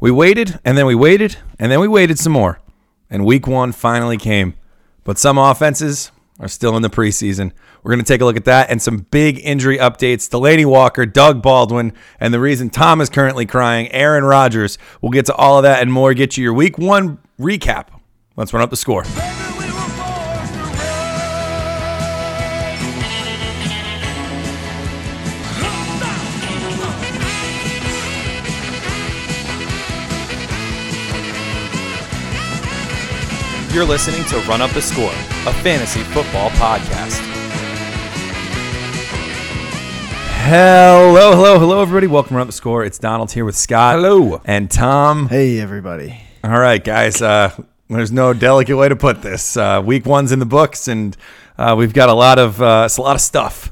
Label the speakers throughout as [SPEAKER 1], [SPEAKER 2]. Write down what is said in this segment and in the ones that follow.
[SPEAKER 1] We waited, and then we waited, and then we waited some more. And week one finally came. But some offenses are still in the preseason. We're going to take a look at that and some big injury updates. Delaney Walker, Doug Baldwin, and the reason Tom is currently crying, Aaron Rodgers. We'll get to all of that and more. Get you your week one recap. Let's run up the score.
[SPEAKER 2] You're listening to Run Up the Score, a fantasy football podcast.
[SPEAKER 1] Hello, hello, hello, everybody. Welcome around the score. It's Donald here with Scott.
[SPEAKER 2] Hello.
[SPEAKER 1] And Tom.
[SPEAKER 3] Hey, everybody.
[SPEAKER 1] All right, guys. Uh, there's no delicate way to put this. Uh, week one's in the books, and uh, we've got a lot of uh, it's a lot of stuff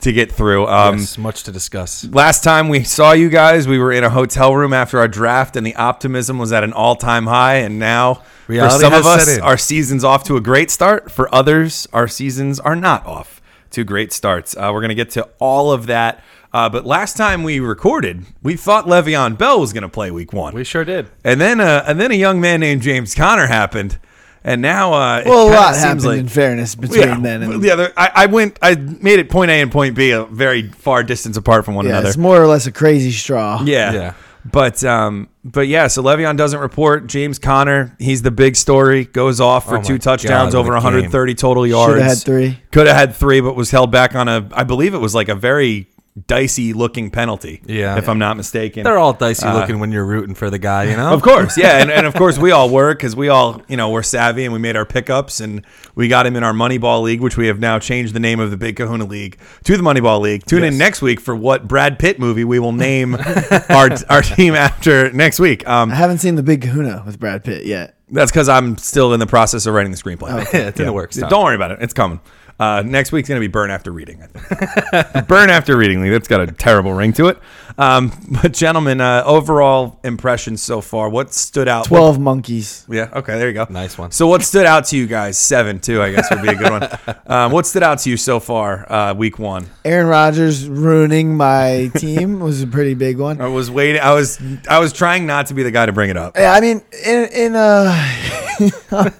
[SPEAKER 1] to get through. Um,
[SPEAKER 2] Yes, much to discuss.
[SPEAKER 1] Last time we saw you guys, we were in a hotel room after our draft, and the optimism was at an all-time high. And now, for
[SPEAKER 2] Reality
[SPEAKER 1] some
[SPEAKER 2] has
[SPEAKER 1] of us,
[SPEAKER 2] set in.
[SPEAKER 1] our season's off to a great start. For others, our seasons are not off to great starts. Uh, we're gonna get to all of that. Uh, but last time we recorded, we thought Le'Veon Bell was gonna play Week One.
[SPEAKER 2] We sure did.
[SPEAKER 1] And then uh, and then a young man named James Conner happened, and now uh, it
[SPEAKER 3] Well, a
[SPEAKER 1] kinda
[SPEAKER 3] lot
[SPEAKER 1] seems
[SPEAKER 3] happened
[SPEAKER 1] like-
[SPEAKER 3] in fairness between
[SPEAKER 1] yeah,
[SPEAKER 3] then and
[SPEAKER 1] the other. I, I went. I made it point A and point B a very far distance apart from one
[SPEAKER 3] yeah,
[SPEAKER 1] another.
[SPEAKER 3] it's more or less a crazy straw.
[SPEAKER 1] yeah.
[SPEAKER 2] Yeah.
[SPEAKER 1] But um, but yeah. So Le'Veon doesn't report. James Conner, he's the big story. Goes off for
[SPEAKER 2] Oh my
[SPEAKER 1] two touchdowns
[SPEAKER 2] God, what
[SPEAKER 1] over
[SPEAKER 2] a
[SPEAKER 1] 130 total yards.
[SPEAKER 3] Should have had three.
[SPEAKER 1] Could have had three, but was held back on a. I believe it was like a very dicey looking penalty.
[SPEAKER 2] Yeah.
[SPEAKER 1] If I'm not mistaken,
[SPEAKER 2] They're all dicey looking when you're rooting for the guy, you know?
[SPEAKER 1] Of course, yeah, and, and of course we all were because we all, you know, were savvy and we made our pickups and we got him in our Moneyball League, which we have now changed the name of the Big Kahuna League to the Moneyball League. Tune in
[SPEAKER 2] Yes.
[SPEAKER 1] next week for what Brad Pitt movie we will name our our team after next week.
[SPEAKER 3] I
[SPEAKER 1] Um,
[SPEAKER 3] haven't seen the big kahuna with Brad Pitt yet.
[SPEAKER 1] that's because I'm still in the process of writing the screenplay.
[SPEAKER 2] Yeah, it didn't work. Oh, Stop.
[SPEAKER 1] Don't worry about it; it's coming. Uh, next week's gonna be Burn After Reading. I think. Burn After Reading League. That's got a terrible ring to it. Um, but gentlemen, uh, overall impressions so far. What stood out? What
[SPEAKER 3] Twelve monkeys.
[SPEAKER 1] Yeah. Okay. There you go.
[SPEAKER 2] Nice one.
[SPEAKER 1] So, what stood out to you guys? Seven, too, I guess would be a good one. Um, what stood out to you so far, uh, week one?
[SPEAKER 3] Aaron Rodgers ruining my team was a pretty big one.
[SPEAKER 1] I was waiting. I was, I was trying not to be the guy to bring it up.
[SPEAKER 3] Yeah, I mean, in in uh,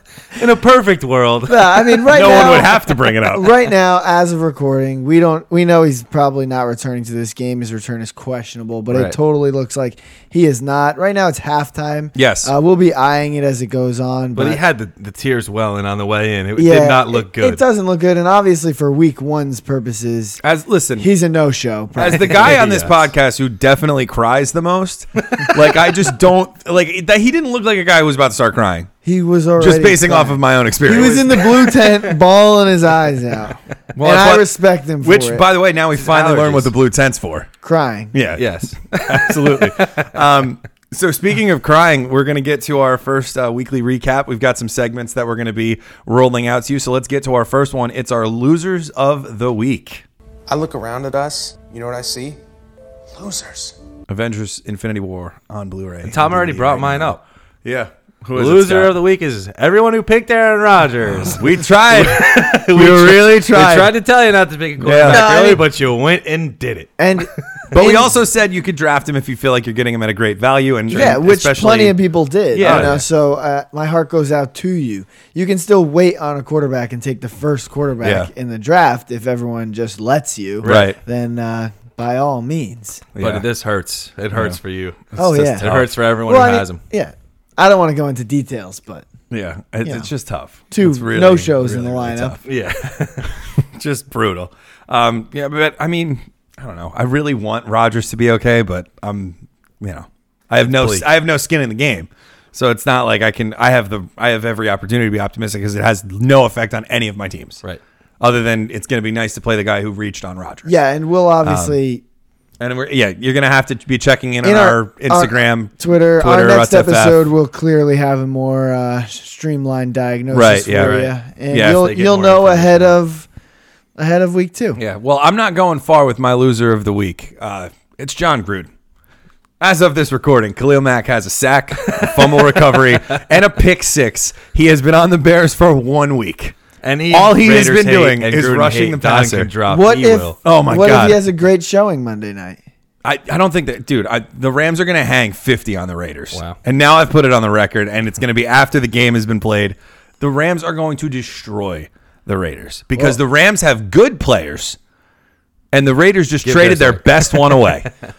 [SPEAKER 2] In a perfect world.
[SPEAKER 3] no, I mean, right
[SPEAKER 1] No
[SPEAKER 3] now,
[SPEAKER 1] one would have to bring it up.
[SPEAKER 3] right now, as of recording, we don't we know he's probably not returning to this game. His return is questionable, but
[SPEAKER 2] Right.
[SPEAKER 3] it totally looks like he is not. Right now, it's halftime.
[SPEAKER 1] Yes.
[SPEAKER 3] uh, we'll be eyeing it as it goes on.
[SPEAKER 2] But he had the, the tears welling on the way in. It did not look
[SPEAKER 3] it-
[SPEAKER 2] good.
[SPEAKER 3] It doesn't look good, and obviously for week one's purposes,
[SPEAKER 1] As listen,
[SPEAKER 3] he's a no-show.
[SPEAKER 1] as the guy on this
[SPEAKER 2] Yes.
[SPEAKER 1] podcast who definitely cries the most, like I just don't like that. He didn't look like a guy who was about to start crying.
[SPEAKER 3] he was already
[SPEAKER 1] Just basing off
[SPEAKER 3] crying.
[SPEAKER 1] of my own
[SPEAKER 3] He
[SPEAKER 1] experience.
[SPEAKER 3] was in the blue tent, bawling his eyes out,
[SPEAKER 1] Well,
[SPEAKER 3] and
[SPEAKER 1] that's
[SPEAKER 3] I
[SPEAKER 1] what-
[SPEAKER 3] respect him for
[SPEAKER 1] which,
[SPEAKER 3] it.
[SPEAKER 1] by the way, now we finally learned what
[SPEAKER 2] allergies.
[SPEAKER 1] the blue tent's for.
[SPEAKER 3] crying.
[SPEAKER 1] Yeah.
[SPEAKER 2] yes.
[SPEAKER 1] Absolutely. um, so speaking of crying, we're going to get to our first uh, weekly recap. We've got some segments that we're going to be rolling out to you. So let's get to our first one. It's our losers of the week.
[SPEAKER 4] I look around at us, you know what I see? Losers.
[SPEAKER 1] Avengers: Infinity War on Blu-ray.
[SPEAKER 2] Tom already
[SPEAKER 1] DVD
[SPEAKER 2] brought
[SPEAKER 1] right
[SPEAKER 2] mine
[SPEAKER 1] now.
[SPEAKER 2] up.
[SPEAKER 1] Yeah. Who is it,
[SPEAKER 2] Loser
[SPEAKER 1] Scott?
[SPEAKER 2] of the week is everyone who picked Aaron Rodgers.
[SPEAKER 1] We tried. we,
[SPEAKER 2] really
[SPEAKER 1] tried.
[SPEAKER 2] We tried to tell you not to pick a quarterback
[SPEAKER 1] No, I
[SPEAKER 2] early,
[SPEAKER 1] mean-
[SPEAKER 2] but you went and did it.
[SPEAKER 3] And
[SPEAKER 1] But we also said you could draft him if you feel like you're getting him at a great value, and
[SPEAKER 3] yeah,
[SPEAKER 1] and
[SPEAKER 3] which
[SPEAKER 1] especially-
[SPEAKER 3] plenty of people did.
[SPEAKER 2] Yeah.
[SPEAKER 3] you
[SPEAKER 2] Yeah.
[SPEAKER 3] know, so uh, my heart goes out to you. You can still wait on a quarterback and take the first quarterback
[SPEAKER 1] Yeah.
[SPEAKER 3] in the draft if everyone just lets you.
[SPEAKER 1] Right.
[SPEAKER 3] Then, uh, by all means.
[SPEAKER 1] Yeah.
[SPEAKER 2] But this hurts. It hurts for you.
[SPEAKER 3] Oh,
[SPEAKER 2] It's
[SPEAKER 3] yeah.
[SPEAKER 2] just- It hurts for everyone
[SPEAKER 3] Well, I
[SPEAKER 2] who
[SPEAKER 3] mean,
[SPEAKER 2] has him.
[SPEAKER 3] Yeah. I don't want to go into details, but
[SPEAKER 1] Yeah, it-
[SPEAKER 3] Yeah.
[SPEAKER 1] it's just tough.
[SPEAKER 3] Two
[SPEAKER 1] It's
[SPEAKER 3] no-shows in the lineup.
[SPEAKER 1] tough.
[SPEAKER 2] Yeah.
[SPEAKER 1] just brutal. Um, yeah, but I mean, I don't know. I really want Rogers to be okay, but I'm, you know, I have no,
[SPEAKER 2] Bleak.
[SPEAKER 1] I have no skin in the game. So it's not like I can. I have the. I have every opportunity to be optimistic because it has no effect on any of my teams.
[SPEAKER 2] Right.
[SPEAKER 1] Other than it's going to be nice to play the guy who reached on Rogers.
[SPEAKER 3] yeah, and we'll
[SPEAKER 1] Um,
[SPEAKER 3] obviously
[SPEAKER 1] And we're, yeah, you're going to have to be checking in,
[SPEAKER 3] In
[SPEAKER 1] on our,
[SPEAKER 3] our-
[SPEAKER 1] Instagram,
[SPEAKER 3] Twitter, Our
[SPEAKER 1] uh,
[SPEAKER 3] next
[SPEAKER 1] TFF.
[SPEAKER 3] episode, we'll clearly have a more uh, streamlined diagnosis
[SPEAKER 1] Right,
[SPEAKER 3] for
[SPEAKER 1] yeah,
[SPEAKER 3] you,
[SPEAKER 1] right.
[SPEAKER 3] and
[SPEAKER 1] Yeah, if
[SPEAKER 3] you'll
[SPEAKER 2] they get
[SPEAKER 3] you'll
[SPEAKER 2] more
[SPEAKER 3] know
[SPEAKER 2] information.
[SPEAKER 3] ahead of ahead of week two.
[SPEAKER 1] Yeah, well, I'm not going far with my loser of the week. Uh, it's John Gruden. As of this recording, Khalil Mack has a sack, a fumble recovery, and a pick six. He has been on the Bears for one week.
[SPEAKER 2] Any
[SPEAKER 1] All he has
[SPEAKER 2] Raiders
[SPEAKER 1] been doing
[SPEAKER 2] hate and
[SPEAKER 1] is
[SPEAKER 2] Gruden
[SPEAKER 1] rushing
[SPEAKER 2] hate,
[SPEAKER 1] the
[SPEAKER 2] Don
[SPEAKER 1] passer.
[SPEAKER 2] can drop,
[SPEAKER 3] What
[SPEAKER 2] he
[SPEAKER 3] if
[SPEAKER 2] will.
[SPEAKER 1] Oh my
[SPEAKER 3] what
[SPEAKER 1] God.
[SPEAKER 3] if he has a great showing Monday night?
[SPEAKER 1] I, I don't think that, dude. I, the Rams are going to hang 50 on the Raiders.
[SPEAKER 5] Wow.
[SPEAKER 1] And now I've put it on the record, and it's going to be after the game has been played. The Rams are going to destroy the Raiders because the Rams have good players, and the Raiders just traded their
[SPEAKER 5] theirs
[SPEAKER 1] best one away.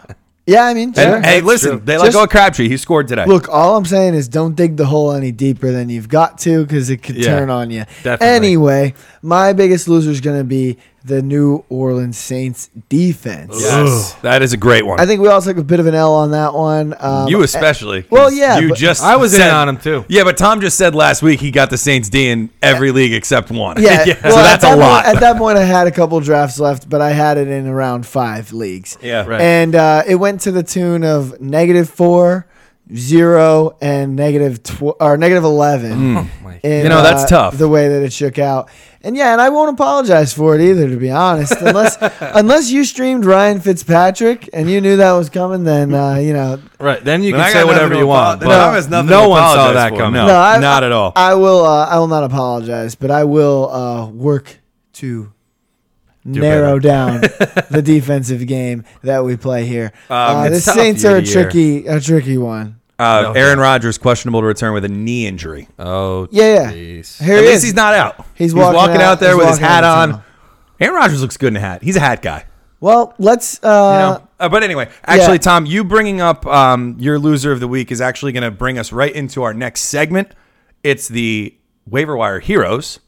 [SPEAKER 3] Yeah, I mean, sure.
[SPEAKER 1] and hey, listen, they let
[SPEAKER 3] Just-
[SPEAKER 1] go of Crabtree. He scored today.
[SPEAKER 3] Look, all I'm saying is don't dig the hole any deeper than you've got to because it could
[SPEAKER 5] Yeah,
[SPEAKER 3] turn on you.
[SPEAKER 5] definitely.
[SPEAKER 3] Anyway, my biggest loser is going to be the New Orleans Saints defense.
[SPEAKER 1] yes, that is a great one.
[SPEAKER 3] I think we all took a bit of an L on that one. Um,
[SPEAKER 1] you especially. 'cause
[SPEAKER 3] well, yeah,
[SPEAKER 1] You
[SPEAKER 3] but-
[SPEAKER 1] just
[SPEAKER 5] I was in
[SPEAKER 1] said-
[SPEAKER 5] on him, too.
[SPEAKER 1] Yeah, but Tom just said last week he got the Saints D in every league except one.
[SPEAKER 3] yeah, well,
[SPEAKER 1] so
[SPEAKER 3] at
[SPEAKER 1] that's
[SPEAKER 3] that
[SPEAKER 1] a lot.
[SPEAKER 3] Point, at that point, I had a couple drafts left, but I had it in around five leagues.
[SPEAKER 1] Yeah. Right.
[SPEAKER 3] and uh, it went to the tune of negative four, zero, and negative tw- or negative
[SPEAKER 1] Mm.
[SPEAKER 3] eleven.
[SPEAKER 5] my
[SPEAKER 3] in,
[SPEAKER 1] Oh You know, that's
[SPEAKER 3] uh,
[SPEAKER 1] tough.
[SPEAKER 3] The way that it shook out, and yeah, and I won't apologize for it either. To be honest, unless unless you streamed Ryan Fitzpatrick and you knew that was coming, then uh, you know.
[SPEAKER 5] Right. Then you
[SPEAKER 1] Then
[SPEAKER 5] can
[SPEAKER 1] I
[SPEAKER 5] say
[SPEAKER 1] got
[SPEAKER 5] whatever
[SPEAKER 1] nothing
[SPEAKER 5] you
[SPEAKER 1] to
[SPEAKER 5] want.
[SPEAKER 1] apo-
[SPEAKER 5] but
[SPEAKER 1] Tom has nothing
[SPEAKER 5] no
[SPEAKER 1] to
[SPEAKER 5] one saw
[SPEAKER 1] apologize
[SPEAKER 5] that
[SPEAKER 1] for.
[SPEAKER 5] coming.
[SPEAKER 1] No.
[SPEAKER 3] I,
[SPEAKER 1] not at all.
[SPEAKER 3] I will. Uh, I will not apologize, but I will uh, work to narrow down the defensive game that we play here.
[SPEAKER 1] Um,
[SPEAKER 3] uh, the
[SPEAKER 5] it's tough
[SPEAKER 3] Saints
[SPEAKER 5] year
[SPEAKER 3] are a
[SPEAKER 5] to year.
[SPEAKER 3] tricky, a tricky one.
[SPEAKER 1] Uh,
[SPEAKER 5] No.
[SPEAKER 1] Aaron Rodgers questionable to return with a knee injury.
[SPEAKER 5] Oh,
[SPEAKER 3] Yeah, yeah.
[SPEAKER 5] jeez.
[SPEAKER 3] Here
[SPEAKER 1] At
[SPEAKER 3] he
[SPEAKER 1] least
[SPEAKER 3] is.
[SPEAKER 1] he's not out.
[SPEAKER 3] He's walking
[SPEAKER 1] out,
[SPEAKER 3] out-
[SPEAKER 1] there
[SPEAKER 3] he's
[SPEAKER 1] with his
[SPEAKER 3] walking
[SPEAKER 1] hat
[SPEAKER 3] out
[SPEAKER 1] on.
[SPEAKER 3] of town.
[SPEAKER 1] Aaron Rodgers looks good in a hat. He's a hat guy.
[SPEAKER 3] well, let's.
[SPEAKER 1] You
[SPEAKER 3] Uh,
[SPEAKER 1] know? Uh, but anyway, actually,
[SPEAKER 3] yeah.
[SPEAKER 1] Tom, you bringing up um, your loser of the week is actually going to bring us right into our next segment. It's the waiver wire heroes.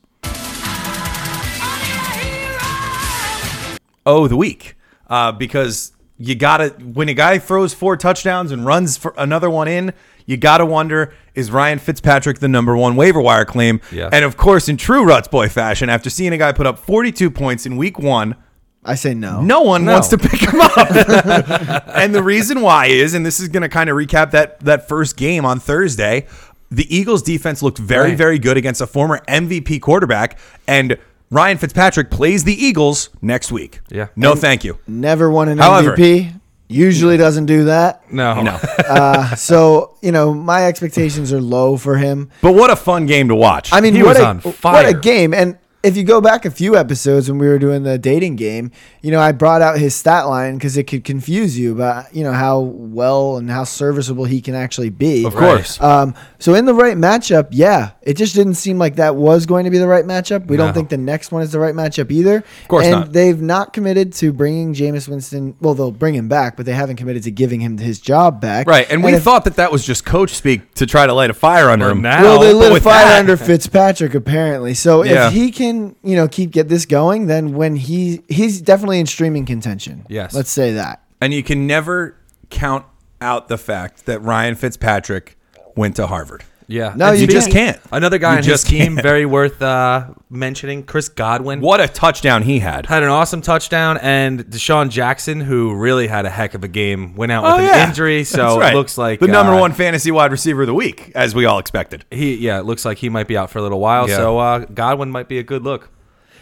[SPEAKER 1] Oh, the week, uh, because you gotta when a guy throws four touchdowns and runs for another one in, you gotta wonder is Ryan Fitzpatrick the number one waiver wire claim?
[SPEAKER 5] Yeah.
[SPEAKER 1] And of course, in true Ruts boy fashion, after seeing a guy put up 42 points in week one,
[SPEAKER 3] I say no.
[SPEAKER 1] no one wants to pick him up. and the reason why is, and this is going to kind of recap that that first game on Thursday. The Eagles' defense looked very,
[SPEAKER 5] Right.
[SPEAKER 1] very good against a former MVP quarterback, and Ryan Fitzpatrick plays the Eagles next week.
[SPEAKER 5] Yeah.
[SPEAKER 1] no, thank you.
[SPEAKER 3] Never won an
[SPEAKER 1] However-
[SPEAKER 3] MVP. Usually doesn't do that.
[SPEAKER 5] No.
[SPEAKER 1] No,
[SPEAKER 3] Uh, so you know my expectations are low for him.
[SPEAKER 1] but what a fun game to watch.
[SPEAKER 3] I mean,
[SPEAKER 5] He
[SPEAKER 3] what
[SPEAKER 5] was
[SPEAKER 3] a,
[SPEAKER 5] on
[SPEAKER 3] What
[SPEAKER 5] fire.
[SPEAKER 3] a game! And if you go back a few episodes when we were doing the dating game, you know, I brought out his stat line because it could confuse you about you know how well and how serviceable he can actually be.
[SPEAKER 1] Of course.
[SPEAKER 3] Um, so in the right matchup, yeah, it just didn't seem like that was going to be the right matchup. We
[SPEAKER 5] No.
[SPEAKER 3] don't think the next one is the right matchup either. Of
[SPEAKER 1] course
[SPEAKER 3] and
[SPEAKER 1] not.
[SPEAKER 3] they've not committed to bringing Jameis Winston. Well, they'll bring him back, but they haven't committed to giving him his job back.
[SPEAKER 1] right? And we
[SPEAKER 3] if-
[SPEAKER 1] thought that that was just coach speak to try to light a fire under
[SPEAKER 5] But
[SPEAKER 1] him.
[SPEAKER 5] now-
[SPEAKER 3] well, they
[SPEAKER 1] But
[SPEAKER 3] lit a
[SPEAKER 1] with
[SPEAKER 3] fire
[SPEAKER 1] that-
[SPEAKER 3] under Fitzpatrick apparently. So
[SPEAKER 1] Yeah.
[SPEAKER 3] if he can, you know, keep get this going, then when he he's definitely in streaming contention.
[SPEAKER 5] Yes.
[SPEAKER 3] let's say that.
[SPEAKER 1] and you can never count out the fact that Ryan Fitzpatrick went to Harvard.
[SPEAKER 5] Yeah.
[SPEAKER 3] No,
[SPEAKER 5] And
[SPEAKER 3] you
[SPEAKER 5] speaking-
[SPEAKER 3] just
[SPEAKER 1] can't.
[SPEAKER 5] Another guy
[SPEAKER 1] You
[SPEAKER 5] in
[SPEAKER 1] just
[SPEAKER 5] his team,
[SPEAKER 1] can't.
[SPEAKER 5] very worth uh, mentioning, Chris Godwin.
[SPEAKER 1] What a touchdown he had!
[SPEAKER 5] Had an awesome touchdown, and Deshaun Jackson, who really had a heck of a game, went out with
[SPEAKER 1] Oh,
[SPEAKER 5] an
[SPEAKER 1] yeah.
[SPEAKER 5] injury.
[SPEAKER 1] That's
[SPEAKER 5] So
[SPEAKER 1] right.
[SPEAKER 5] it looks like
[SPEAKER 1] the number
[SPEAKER 5] uh,
[SPEAKER 1] one fantasy wide receiver of the week, as we all expected.
[SPEAKER 5] He yeah, it looks like he might be out for a little while.
[SPEAKER 1] Yeah.
[SPEAKER 5] So uh, Godwin might be a good look.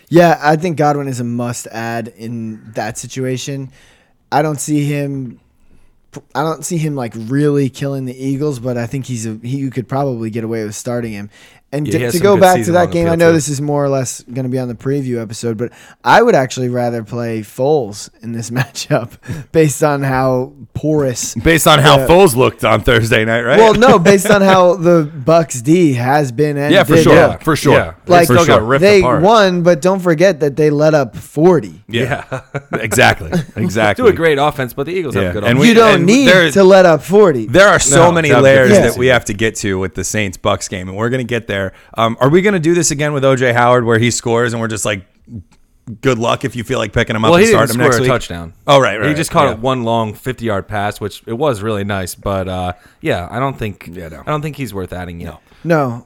[SPEAKER 3] Yeah, I think Godwin is a must add in that situation. I don't see him. I don't see him like really killing the Eagles, but I think he's a he. You could probably get away with starting him. And
[SPEAKER 5] Yeah,
[SPEAKER 3] to-
[SPEAKER 5] he has
[SPEAKER 3] to
[SPEAKER 5] some
[SPEAKER 3] go
[SPEAKER 5] good
[SPEAKER 3] back to
[SPEAKER 5] season
[SPEAKER 3] that
[SPEAKER 5] on the
[SPEAKER 3] game, I
[SPEAKER 5] field,
[SPEAKER 3] know
[SPEAKER 5] too.
[SPEAKER 3] this is more or less going to be on the preview episode, but I would actually rather play Foles in this matchup based on how porous
[SPEAKER 1] Based on how
[SPEAKER 3] Yeah.
[SPEAKER 1] Foles looked on Thursday night, right?
[SPEAKER 3] Well, no, based on how the Bucks D has been. And
[SPEAKER 1] yeah, for
[SPEAKER 3] did
[SPEAKER 1] sure,
[SPEAKER 3] look.
[SPEAKER 1] for sure.
[SPEAKER 5] Yeah.
[SPEAKER 1] They
[SPEAKER 3] Like
[SPEAKER 1] still got ripped
[SPEAKER 3] they
[SPEAKER 1] apart.
[SPEAKER 3] won, but don't forget that they let up forty.
[SPEAKER 1] Yeah, exactly, exactly.
[SPEAKER 5] Do a great offense, but the Eagles
[SPEAKER 1] Yeah,
[SPEAKER 5] have a good
[SPEAKER 1] and
[SPEAKER 5] offense.
[SPEAKER 1] we-
[SPEAKER 3] you don't need
[SPEAKER 1] there-
[SPEAKER 3] to let up forty.
[SPEAKER 1] There are so
[SPEAKER 5] No,
[SPEAKER 1] many
[SPEAKER 5] that would be
[SPEAKER 1] layers
[SPEAKER 3] crazy.
[SPEAKER 1] that we have to get to with the Saints Bucks game, and we're gonna get there. Um, are we gonna do this again with OJ Howard, where he scores, and we're just like, "Good luck if you feel like picking him up
[SPEAKER 5] well,
[SPEAKER 1] and
[SPEAKER 5] he didn't
[SPEAKER 1] starting him
[SPEAKER 5] score
[SPEAKER 1] next
[SPEAKER 5] a
[SPEAKER 1] week."
[SPEAKER 5] touchdown.
[SPEAKER 1] Oh, right, right,
[SPEAKER 5] He just
[SPEAKER 1] right,
[SPEAKER 5] caught
[SPEAKER 1] yeah.
[SPEAKER 5] it one long fifty-yard pass, which it was really nice. But uh, yeah, I don't think
[SPEAKER 1] Yeah, no.
[SPEAKER 5] I don't think he's worth adding yet.
[SPEAKER 3] No,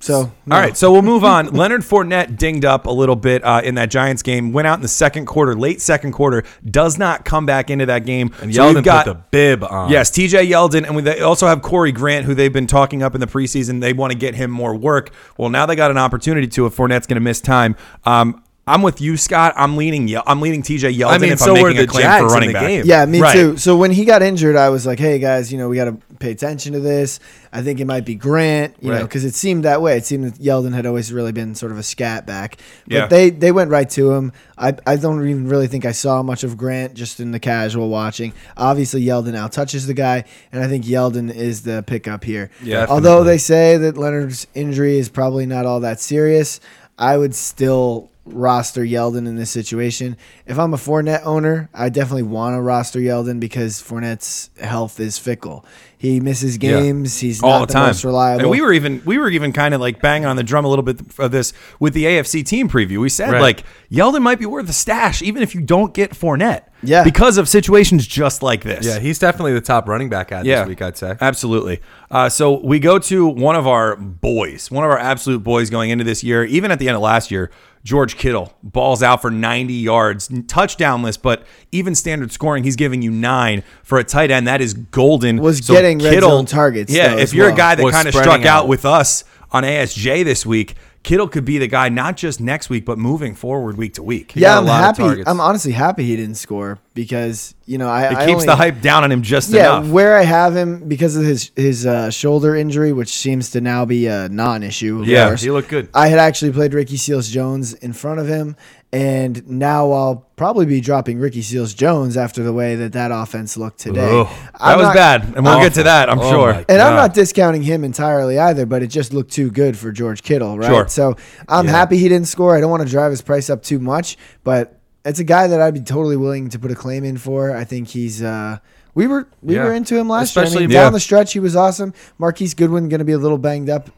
[SPEAKER 3] so no.
[SPEAKER 1] All right, so we'll move on. Leonard Fournette dinged up a little bit uh, in that Giants game. Went out in the second quarter, late second quarter. Does not come back into that game.
[SPEAKER 5] And
[SPEAKER 1] So we've
[SPEAKER 5] Yeldon
[SPEAKER 1] got-
[SPEAKER 5] put the bib on.
[SPEAKER 1] Yes, TJ Yeldon, and we, they also have Corey Grant, who they've been talking up in the preseason. They want to get him more work. Well, now they got an opportunity to if Fournette's going to miss time. Um, I'm with you, Scott. I'm leaning. Ye- I'm leaning TJ Yeldon.
[SPEAKER 5] mean,
[SPEAKER 1] if
[SPEAKER 5] so
[SPEAKER 1] I'm
[SPEAKER 5] were
[SPEAKER 1] making a
[SPEAKER 5] the
[SPEAKER 1] claim
[SPEAKER 5] Jags
[SPEAKER 1] for
[SPEAKER 5] in
[SPEAKER 1] running
[SPEAKER 5] the
[SPEAKER 1] back.
[SPEAKER 5] game.
[SPEAKER 3] Yeah, me
[SPEAKER 5] Right.
[SPEAKER 3] too. So when he got injured, I was like, "Hey guys, you know we got to pay attention to this. I think it might be Grant, you know, 'cause know,
[SPEAKER 5] Right.
[SPEAKER 3] because it seemed that way. It seemed that Yeldon had always really been sort of a scat back. But
[SPEAKER 1] Yeah.
[SPEAKER 3] they they went right to him. I I don't even really think I saw much of Grant just in the casual watching. Obviously, Yeldon now touches the guy, and I think Yeldon is the pickup here.
[SPEAKER 1] Yeah,
[SPEAKER 3] Although they say that Leonard's injury is probably not all that serious, I would still roster Yeldon in this situation. If I'm a Fournette owner, I definitely want to roster Yeldon because Fournette's health is fickle. He misses games. He's
[SPEAKER 1] all
[SPEAKER 3] not
[SPEAKER 1] the
[SPEAKER 3] the,
[SPEAKER 1] time.
[SPEAKER 3] most reliable.
[SPEAKER 1] And we were even we were even kind of like banging on the drum a little bit of this with the AFC team preview. We said
[SPEAKER 5] Right.
[SPEAKER 1] like Yeldon might be worth a stash even if you don't get Fournette.
[SPEAKER 3] Yeah.
[SPEAKER 1] because of situations just like this.
[SPEAKER 5] Yeah, he's definitely the top running back at this week, I'd say.
[SPEAKER 1] Absolutely. Uh, so we go to one of our boys, one of our absolute boys going into this year, even at the end of last year, George Kittle balls out for 90 yards, touchdownless, but even standard scoring, he's giving you nine for a tight end. That is golden.
[SPEAKER 3] Was getting red zone targets,
[SPEAKER 1] Yeah,
[SPEAKER 3] though,
[SPEAKER 1] if
[SPEAKER 3] as
[SPEAKER 1] you're a
[SPEAKER 3] well.
[SPEAKER 1] guy that
[SPEAKER 5] Was
[SPEAKER 1] kind of
[SPEAKER 5] spreading
[SPEAKER 1] struck out
[SPEAKER 5] out.
[SPEAKER 1] with us on ASJ this week, Kittle could be the guy not just next week, but moving forward week to week.
[SPEAKER 5] got
[SPEAKER 3] yeah,
[SPEAKER 5] a
[SPEAKER 3] I'm
[SPEAKER 5] lot of
[SPEAKER 3] happy.
[SPEAKER 5] targets.
[SPEAKER 3] I'm honestly happy he didn't score because you know I
[SPEAKER 1] It
[SPEAKER 3] I
[SPEAKER 1] keeps
[SPEAKER 3] only-
[SPEAKER 1] the hype down on him just
[SPEAKER 3] Yeah,
[SPEAKER 1] enough.
[SPEAKER 3] where I have him because of his his uh, shoulder injury, which seems to now be a non-issue. Of
[SPEAKER 1] Yeah,
[SPEAKER 3] course.
[SPEAKER 5] he looked good.
[SPEAKER 3] I had actually played Ricky Seals Jones in front of him, and now I'll probably be dropping Ricky Seals Jones after the way that that offense looked today.
[SPEAKER 1] Ugh.
[SPEAKER 3] I'm
[SPEAKER 1] that was
[SPEAKER 3] not-
[SPEAKER 1] bad, and we'll get
[SPEAKER 5] Awful.
[SPEAKER 1] to that. I'm
[SPEAKER 5] Oh
[SPEAKER 1] sure.
[SPEAKER 5] my
[SPEAKER 3] And I'm
[SPEAKER 5] God.
[SPEAKER 3] not discounting him entirely either, but it just looked too good for George Kittle, right?
[SPEAKER 1] Sure.
[SPEAKER 3] So I'm happy he didn't score. I don't want to drive his price up too much, but it's a guy that I'd be totally willing to put a claim in for. I think he's. Uh, we were we
[SPEAKER 5] Yeah.
[SPEAKER 3] were into him last year. I
[SPEAKER 5] Especially-
[SPEAKER 3] mean,
[SPEAKER 1] Yeah.
[SPEAKER 3] down the stretch, he was awesome. Marquise Goodwin going to be a little banged up.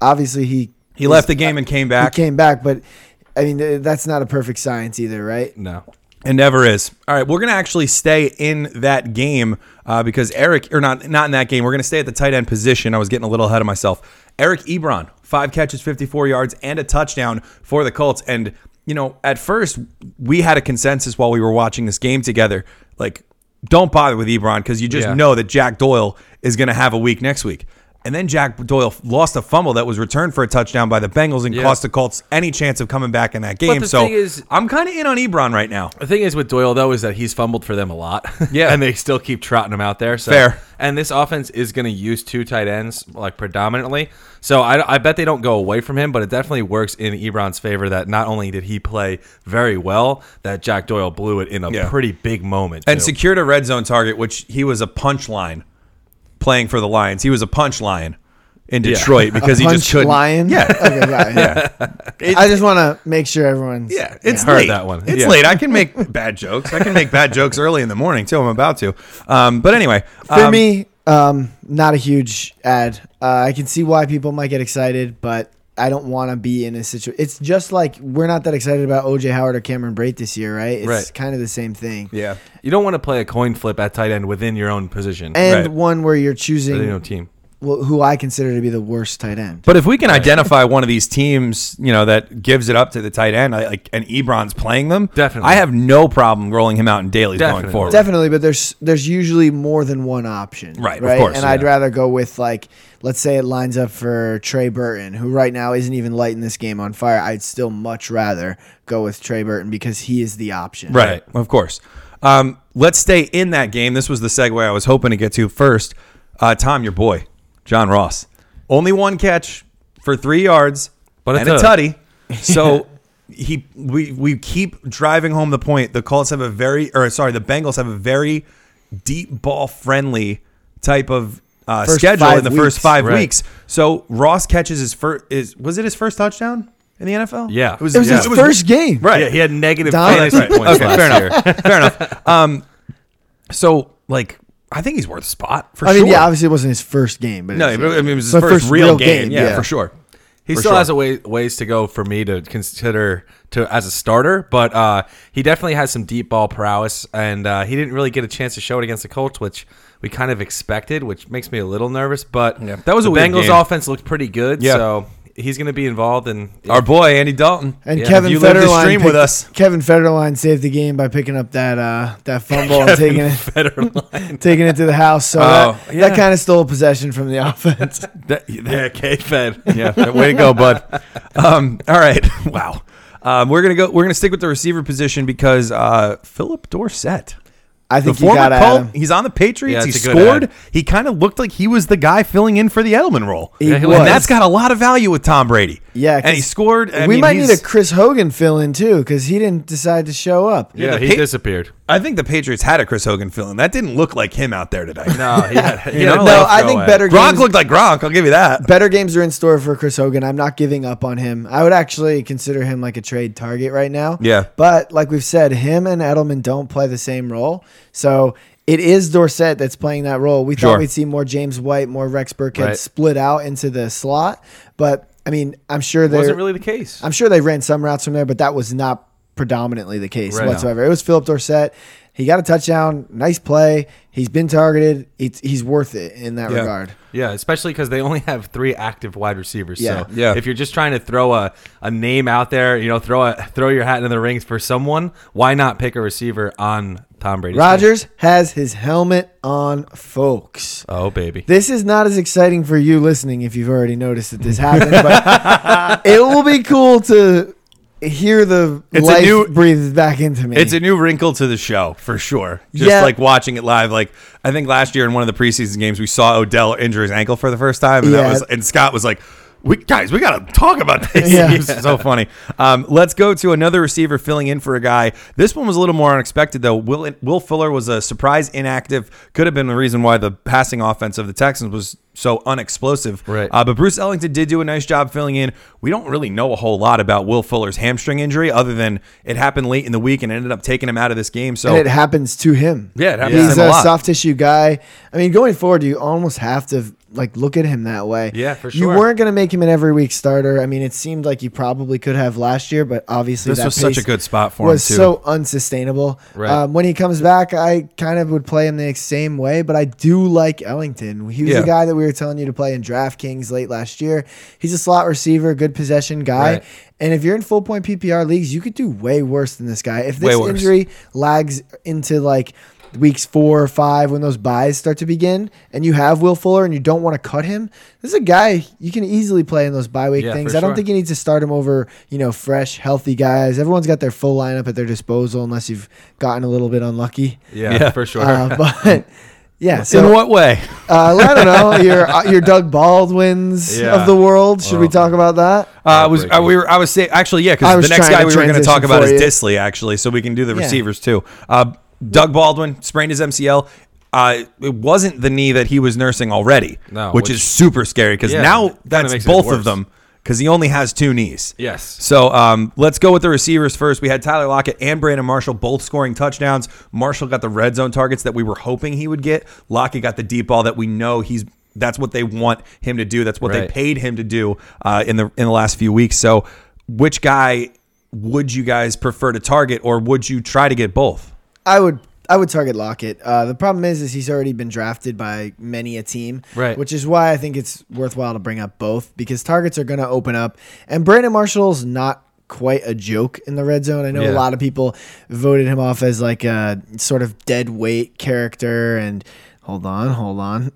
[SPEAKER 3] Obviously, he
[SPEAKER 1] He left the game and came back.
[SPEAKER 3] He came back, but I mean, th- that's not a perfect science either, right?
[SPEAKER 5] No.
[SPEAKER 1] It never is. All right, we're gonna actually stay in that game uh, because Eric, or not, not in that game. We're gonna stay at the tight end position. I was getting a little ahead of myself. Eric Ebron, five catches, fifty-four yards, and a touchdown for the Colts. And you know, at first we had a consensus while we were watching this game together, like don't bother with Ebron because you just
[SPEAKER 5] Yeah.
[SPEAKER 1] know that Jack Doyle is gonna have a week next week. And then Jack Doyle lost a fumble that was returned for a touchdown by the Bengals and
[SPEAKER 5] Yeah.
[SPEAKER 1] cost the Colts any chance of coming back in that game.
[SPEAKER 5] the
[SPEAKER 1] So
[SPEAKER 5] thing is-
[SPEAKER 1] I'm kind of in on Ebron right now.
[SPEAKER 5] The thing is with Doyle though is that he's fumbled for them a lot.
[SPEAKER 1] Yeah.
[SPEAKER 5] and they still keep trotting him out there. So.
[SPEAKER 1] Fair.
[SPEAKER 5] And this offense is going to use two tight ends like predominantly. So I, I bet they don't go away from him, but it definitely works in Ebron's favor that not only did he play very well, that Jack Doyle blew it in a
[SPEAKER 1] Yeah.
[SPEAKER 5] pretty big moment.
[SPEAKER 1] and
[SPEAKER 5] too.
[SPEAKER 1] secured a red zone target, which he was a punchline playing for the Lions. He was a punchline in Detroit because he just
[SPEAKER 3] Punch
[SPEAKER 1] couldn't.
[SPEAKER 3] lion.
[SPEAKER 1] Yeah,
[SPEAKER 3] okay, got it. I just want to make sure everyone's
[SPEAKER 1] yeah, it's
[SPEAKER 5] Heard
[SPEAKER 1] late.
[SPEAKER 5] that one.
[SPEAKER 1] It's
[SPEAKER 5] Yeah.
[SPEAKER 1] late. I can make bad jokes. I can make bad jokes early in the morning too. I'm about to. Um, but anyway,
[SPEAKER 3] For
[SPEAKER 1] um,
[SPEAKER 3] me, um, not a huge ad. Uh, I can see why people might get excited, but I don't want to be in a situation. It's just like we're not that excited about OJ Howard or Cameron Brate this year, right? It's
[SPEAKER 5] Right.
[SPEAKER 3] kind of the same thing.
[SPEAKER 1] yeah,
[SPEAKER 5] you don't want to play a coin flip at tight end within your own position.
[SPEAKER 3] And
[SPEAKER 1] Right.
[SPEAKER 3] one where you're
[SPEAKER 5] within
[SPEAKER 3] choosing
[SPEAKER 5] your own team.
[SPEAKER 3] wh- who I consider to be the worst tight end.
[SPEAKER 1] But if we can identify one of these teams, you know, that gives it up to the tight end, I, like and Ebron's playing them,
[SPEAKER 5] Definitely.
[SPEAKER 1] I have no problem rolling him out in dailies going
[SPEAKER 5] Definitely.
[SPEAKER 1] forward.
[SPEAKER 3] Definitely, but there's there's usually more than one option.
[SPEAKER 1] Right, of course,
[SPEAKER 3] And I'd
[SPEAKER 1] yeah.
[SPEAKER 3] rather go with like let's say it lines up for Trey Burton, who right now isn't even lighting this game on fire. I'd still much rather go with Trey Burton because he is the option.
[SPEAKER 1] Right. Of course. Um, let's stay in that game. This was the segue I was hoping to get to first. Uh, Tom, your boy, John Ross. Only one catch for three yards,
[SPEAKER 5] But a
[SPEAKER 1] and a
[SPEAKER 5] tutty.
[SPEAKER 1] tutty. So he we we keep driving home the point. The Colts have a very or sorry, the Bengals have a very deep ball friendly type of uh,
[SPEAKER 3] First
[SPEAKER 1] schedule in
[SPEAKER 3] five
[SPEAKER 1] the first
[SPEAKER 3] weeks.
[SPEAKER 1] five
[SPEAKER 5] Right.
[SPEAKER 1] weeks. So Ross catches his first is was it his first touchdown in the NFL?
[SPEAKER 5] Yeah.
[SPEAKER 3] It was
[SPEAKER 1] yeah.
[SPEAKER 3] his first game.
[SPEAKER 1] Right.
[SPEAKER 5] Yeah, he had negative
[SPEAKER 3] Dom-
[SPEAKER 5] fantasy
[SPEAKER 3] Right.
[SPEAKER 5] points
[SPEAKER 1] Okay,
[SPEAKER 5] last
[SPEAKER 1] fair
[SPEAKER 5] year.
[SPEAKER 1] enough. Fair enough. Um, so like, I think he's worth a spot for
[SPEAKER 3] I
[SPEAKER 1] sure.
[SPEAKER 3] mean, yeah, obviously it wasn't his first game, but
[SPEAKER 1] no,
[SPEAKER 3] it's-
[SPEAKER 1] but, I mean, it was his
[SPEAKER 3] but
[SPEAKER 1] first, real, game. Yeah, for sure.
[SPEAKER 5] He
[SPEAKER 1] For
[SPEAKER 5] still
[SPEAKER 1] sure.
[SPEAKER 5] has a way, ways to go for me to consider to as a starter, but uh, he definitely has some deep ball prowess, and uh, he didn't really get a chance to show it against the Colts, which we kind of expected, which makes me a little nervous. But
[SPEAKER 1] Yeah, that was a
[SPEAKER 5] the
[SPEAKER 1] weird
[SPEAKER 5] Bengals
[SPEAKER 1] game.
[SPEAKER 5] offense looked pretty good,
[SPEAKER 1] Yeah.
[SPEAKER 5] so he's going to be involved. And
[SPEAKER 1] Our boy Andy Dalton
[SPEAKER 3] And
[SPEAKER 5] Yeah,
[SPEAKER 3] Kevin
[SPEAKER 1] if you live this
[SPEAKER 3] Federline
[SPEAKER 1] stream with
[SPEAKER 3] picked-
[SPEAKER 1] us.
[SPEAKER 3] Kevin Federline saved the game by picking up that uh, that fumble and taking it taking it to the house. So
[SPEAKER 1] Oh,
[SPEAKER 3] that, that kind of stole possession from the offense.
[SPEAKER 1] That-
[SPEAKER 5] yeah, K Fed.
[SPEAKER 1] yeah, way to go, bud. Um, all right, wow. Um, we're gonna go. We're gonna stick with the receiver position because uh, Philip Dorsett,
[SPEAKER 3] I
[SPEAKER 1] the
[SPEAKER 3] think you
[SPEAKER 1] former
[SPEAKER 3] got
[SPEAKER 1] Colt,
[SPEAKER 3] Adam.
[SPEAKER 1] he's on the Patriots.
[SPEAKER 5] Yeah,
[SPEAKER 1] he
[SPEAKER 5] it's a good
[SPEAKER 1] scored.
[SPEAKER 5] ad.
[SPEAKER 1] He kind of looked like he was the guy filling in for the Edelman role.
[SPEAKER 3] He
[SPEAKER 1] and
[SPEAKER 3] was.
[SPEAKER 1] that's got a lot of value with Tom Brady.
[SPEAKER 3] Yeah,
[SPEAKER 1] and he
[SPEAKER 3] 'cause
[SPEAKER 1] scored. I
[SPEAKER 3] we
[SPEAKER 1] mean,
[SPEAKER 3] might need a
[SPEAKER 1] he's-
[SPEAKER 3] Chris Hogan fill in too because he didn't decide to show up.
[SPEAKER 5] Yeah,
[SPEAKER 1] the
[SPEAKER 5] he
[SPEAKER 1] Pa-
[SPEAKER 5] disappeared.
[SPEAKER 1] I think the Patriots had a Chris Hogan fill in. That didn't look like him out there today.
[SPEAKER 5] No, he had,
[SPEAKER 1] You know,
[SPEAKER 5] no,
[SPEAKER 1] no,
[SPEAKER 3] I think better
[SPEAKER 1] Gronk
[SPEAKER 3] games-
[SPEAKER 1] looked like Gronk. I'll give you that.
[SPEAKER 3] Better games are in store for Chris Hogan. I'm not giving up on him. I would actually consider him like a trade target right now.
[SPEAKER 1] Yeah.
[SPEAKER 3] But like we've said, him and Edelman don't play the same role. So it is Dorsett that's playing that role. We
[SPEAKER 1] Sure.
[SPEAKER 3] thought we'd see more James White, more Rex Burkhead
[SPEAKER 5] Right.
[SPEAKER 3] split out into the slot. But I mean, I'm sure there
[SPEAKER 5] wasn't really the case.
[SPEAKER 3] I'm sure they ran some routes from there, but that was not predominantly the case
[SPEAKER 5] Right.
[SPEAKER 3] whatsoever. It was Philip Dorsett. He got a touchdown. Nice play. He's been targeted. It's, he's worth it in that
[SPEAKER 1] Yeah.
[SPEAKER 3] regard.
[SPEAKER 5] Yeah, especially because they only have three active wide receivers.
[SPEAKER 3] Yeah.
[SPEAKER 5] So
[SPEAKER 1] Yeah.
[SPEAKER 5] if you're just trying to throw a, a name out there, you know, throw a throw your hat in the rings for someone, why not pick a receiver on Tom Brady's team?
[SPEAKER 3] Rodgers has his helmet on, folks.
[SPEAKER 5] Oh baby.
[SPEAKER 3] This is not as exciting for you listening if you've already noticed that this happened, but it will be cool to hear the
[SPEAKER 1] It's a
[SPEAKER 3] life
[SPEAKER 1] new-
[SPEAKER 3] breathed back into me.
[SPEAKER 1] It's a new wrinkle to the show for sure. Just
[SPEAKER 3] Yeah.
[SPEAKER 1] like watching it live. Like I think last year in one of the preseason games, we saw Odell injure his ankle for the first time, and that
[SPEAKER 3] Yeah.
[SPEAKER 1] was and Scott was like, "We guys, we got to talk about this."
[SPEAKER 3] Yeah.
[SPEAKER 1] It was so funny. Um, let's go to another receiver filling in for a guy. This one was a little more unexpected though. Will Will Fuller was a surprise inactive. Could have been the reason why the passing offense of the Texans was so unexplosive.
[SPEAKER 5] Right.
[SPEAKER 1] Uh, but Bruce Ellington did do a nice job filling in. We don't really know a whole lot about Will Fuller's hamstring injury other than it happened late in the week and ended up taking him out of this game. So
[SPEAKER 3] and it happens to him.
[SPEAKER 5] Yeah, it happens to
[SPEAKER 3] He's
[SPEAKER 1] him a
[SPEAKER 3] a,
[SPEAKER 1] lot.
[SPEAKER 3] soft tissue guy. I mean, going forward, you almost have to like look at him that way.
[SPEAKER 5] Yeah, for
[SPEAKER 3] You
[SPEAKER 5] sure.
[SPEAKER 3] weren't going to make him an every week starter. I mean, it seemed like you probably could have last year, but obviously
[SPEAKER 1] This
[SPEAKER 3] that
[SPEAKER 1] was such
[SPEAKER 3] pace
[SPEAKER 1] a good spot for him,
[SPEAKER 3] was
[SPEAKER 1] too.
[SPEAKER 3] so unsustainable.
[SPEAKER 5] Right.
[SPEAKER 3] Um, when he comes back, I kind of would play him the same way, but I do like Ellington. He was
[SPEAKER 1] Yeah.
[SPEAKER 3] a guy that we were telling you to play in DraftKings late last year. He's a slot receiver, good possession guy.
[SPEAKER 5] Right.
[SPEAKER 3] And if you're in full point PPR leagues, you could do way worse than this guy. If
[SPEAKER 1] Way
[SPEAKER 3] this
[SPEAKER 1] worse.
[SPEAKER 3] injury injury lags into like weeks four or five when those buys start to begin and you have Will Fuller and you don't want to cut him, this is a guy you can easily play in those bye week
[SPEAKER 5] Yeah,
[SPEAKER 3] things.
[SPEAKER 5] for
[SPEAKER 3] I don't
[SPEAKER 5] sure.
[SPEAKER 3] think you need to start him over, you know, fresh, healthy guys. Everyone's got their full lineup at their disposal unless you've gotten a little bit unlucky.
[SPEAKER 5] Yeah,
[SPEAKER 1] Yeah.
[SPEAKER 5] for sure.
[SPEAKER 3] Uh, but yeah,
[SPEAKER 1] in
[SPEAKER 3] so uh,
[SPEAKER 1] what way?
[SPEAKER 3] I don't know your uh, your Doug Baldwin's
[SPEAKER 5] Yeah.
[SPEAKER 3] of the world. Should we
[SPEAKER 5] Oh.
[SPEAKER 3] talk about that?
[SPEAKER 1] I was uh, we were I was saying actually yeah
[SPEAKER 3] I
[SPEAKER 1] because the
[SPEAKER 3] was
[SPEAKER 1] next
[SPEAKER 3] trying
[SPEAKER 1] guy
[SPEAKER 3] to
[SPEAKER 1] we were going to
[SPEAKER 3] transition
[SPEAKER 1] talk about
[SPEAKER 3] for
[SPEAKER 1] is
[SPEAKER 3] you.
[SPEAKER 1] Disley actually, so we can do the
[SPEAKER 3] Yeah.
[SPEAKER 1] receivers too. Uh, Doug Baldwin sprained his MCL. Uh, it wasn't the knee that he was nursing already,
[SPEAKER 5] No,
[SPEAKER 1] which,
[SPEAKER 5] which-
[SPEAKER 1] is super scary because
[SPEAKER 5] Yeah,
[SPEAKER 1] now
[SPEAKER 5] kinda
[SPEAKER 1] that's
[SPEAKER 5] makes it
[SPEAKER 1] both of
[SPEAKER 5] worse.
[SPEAKER 1] them because he only has two knees.
[SPEAKER 5] Yes.
[SPEAKER 1] So um, let's go with the receivers first. We had Tyler Lockett and Brandon Marshall both scoring touchdowns. Marshall got the red zone targets that we were hoping he would get. Lockett got the deep ball that we know he's. That's what they want him to do. That's what they
[SPEAKER 5] Right.
[SPEAKER 1] paid him to do uh, in the in the last few weeks. So, which guy would you guys prefer to target, or would you try to get both?
[SPEAKER 3] I would I would target Lockett. Uh, the problem is is he's already been drafted by many a team,
[SPEAKER 5] Right.
[SPEAKER 3] Which is why I think it's worthwhile to bring up both because targets are going to open up, and Brandon Marshall's not quite a joke in the red zone. I know
[SPEAKER 5] Yeah.
[SPEAKER 3] a lot of people voted him off as like a sort of dead weight character, and hold on, hold on,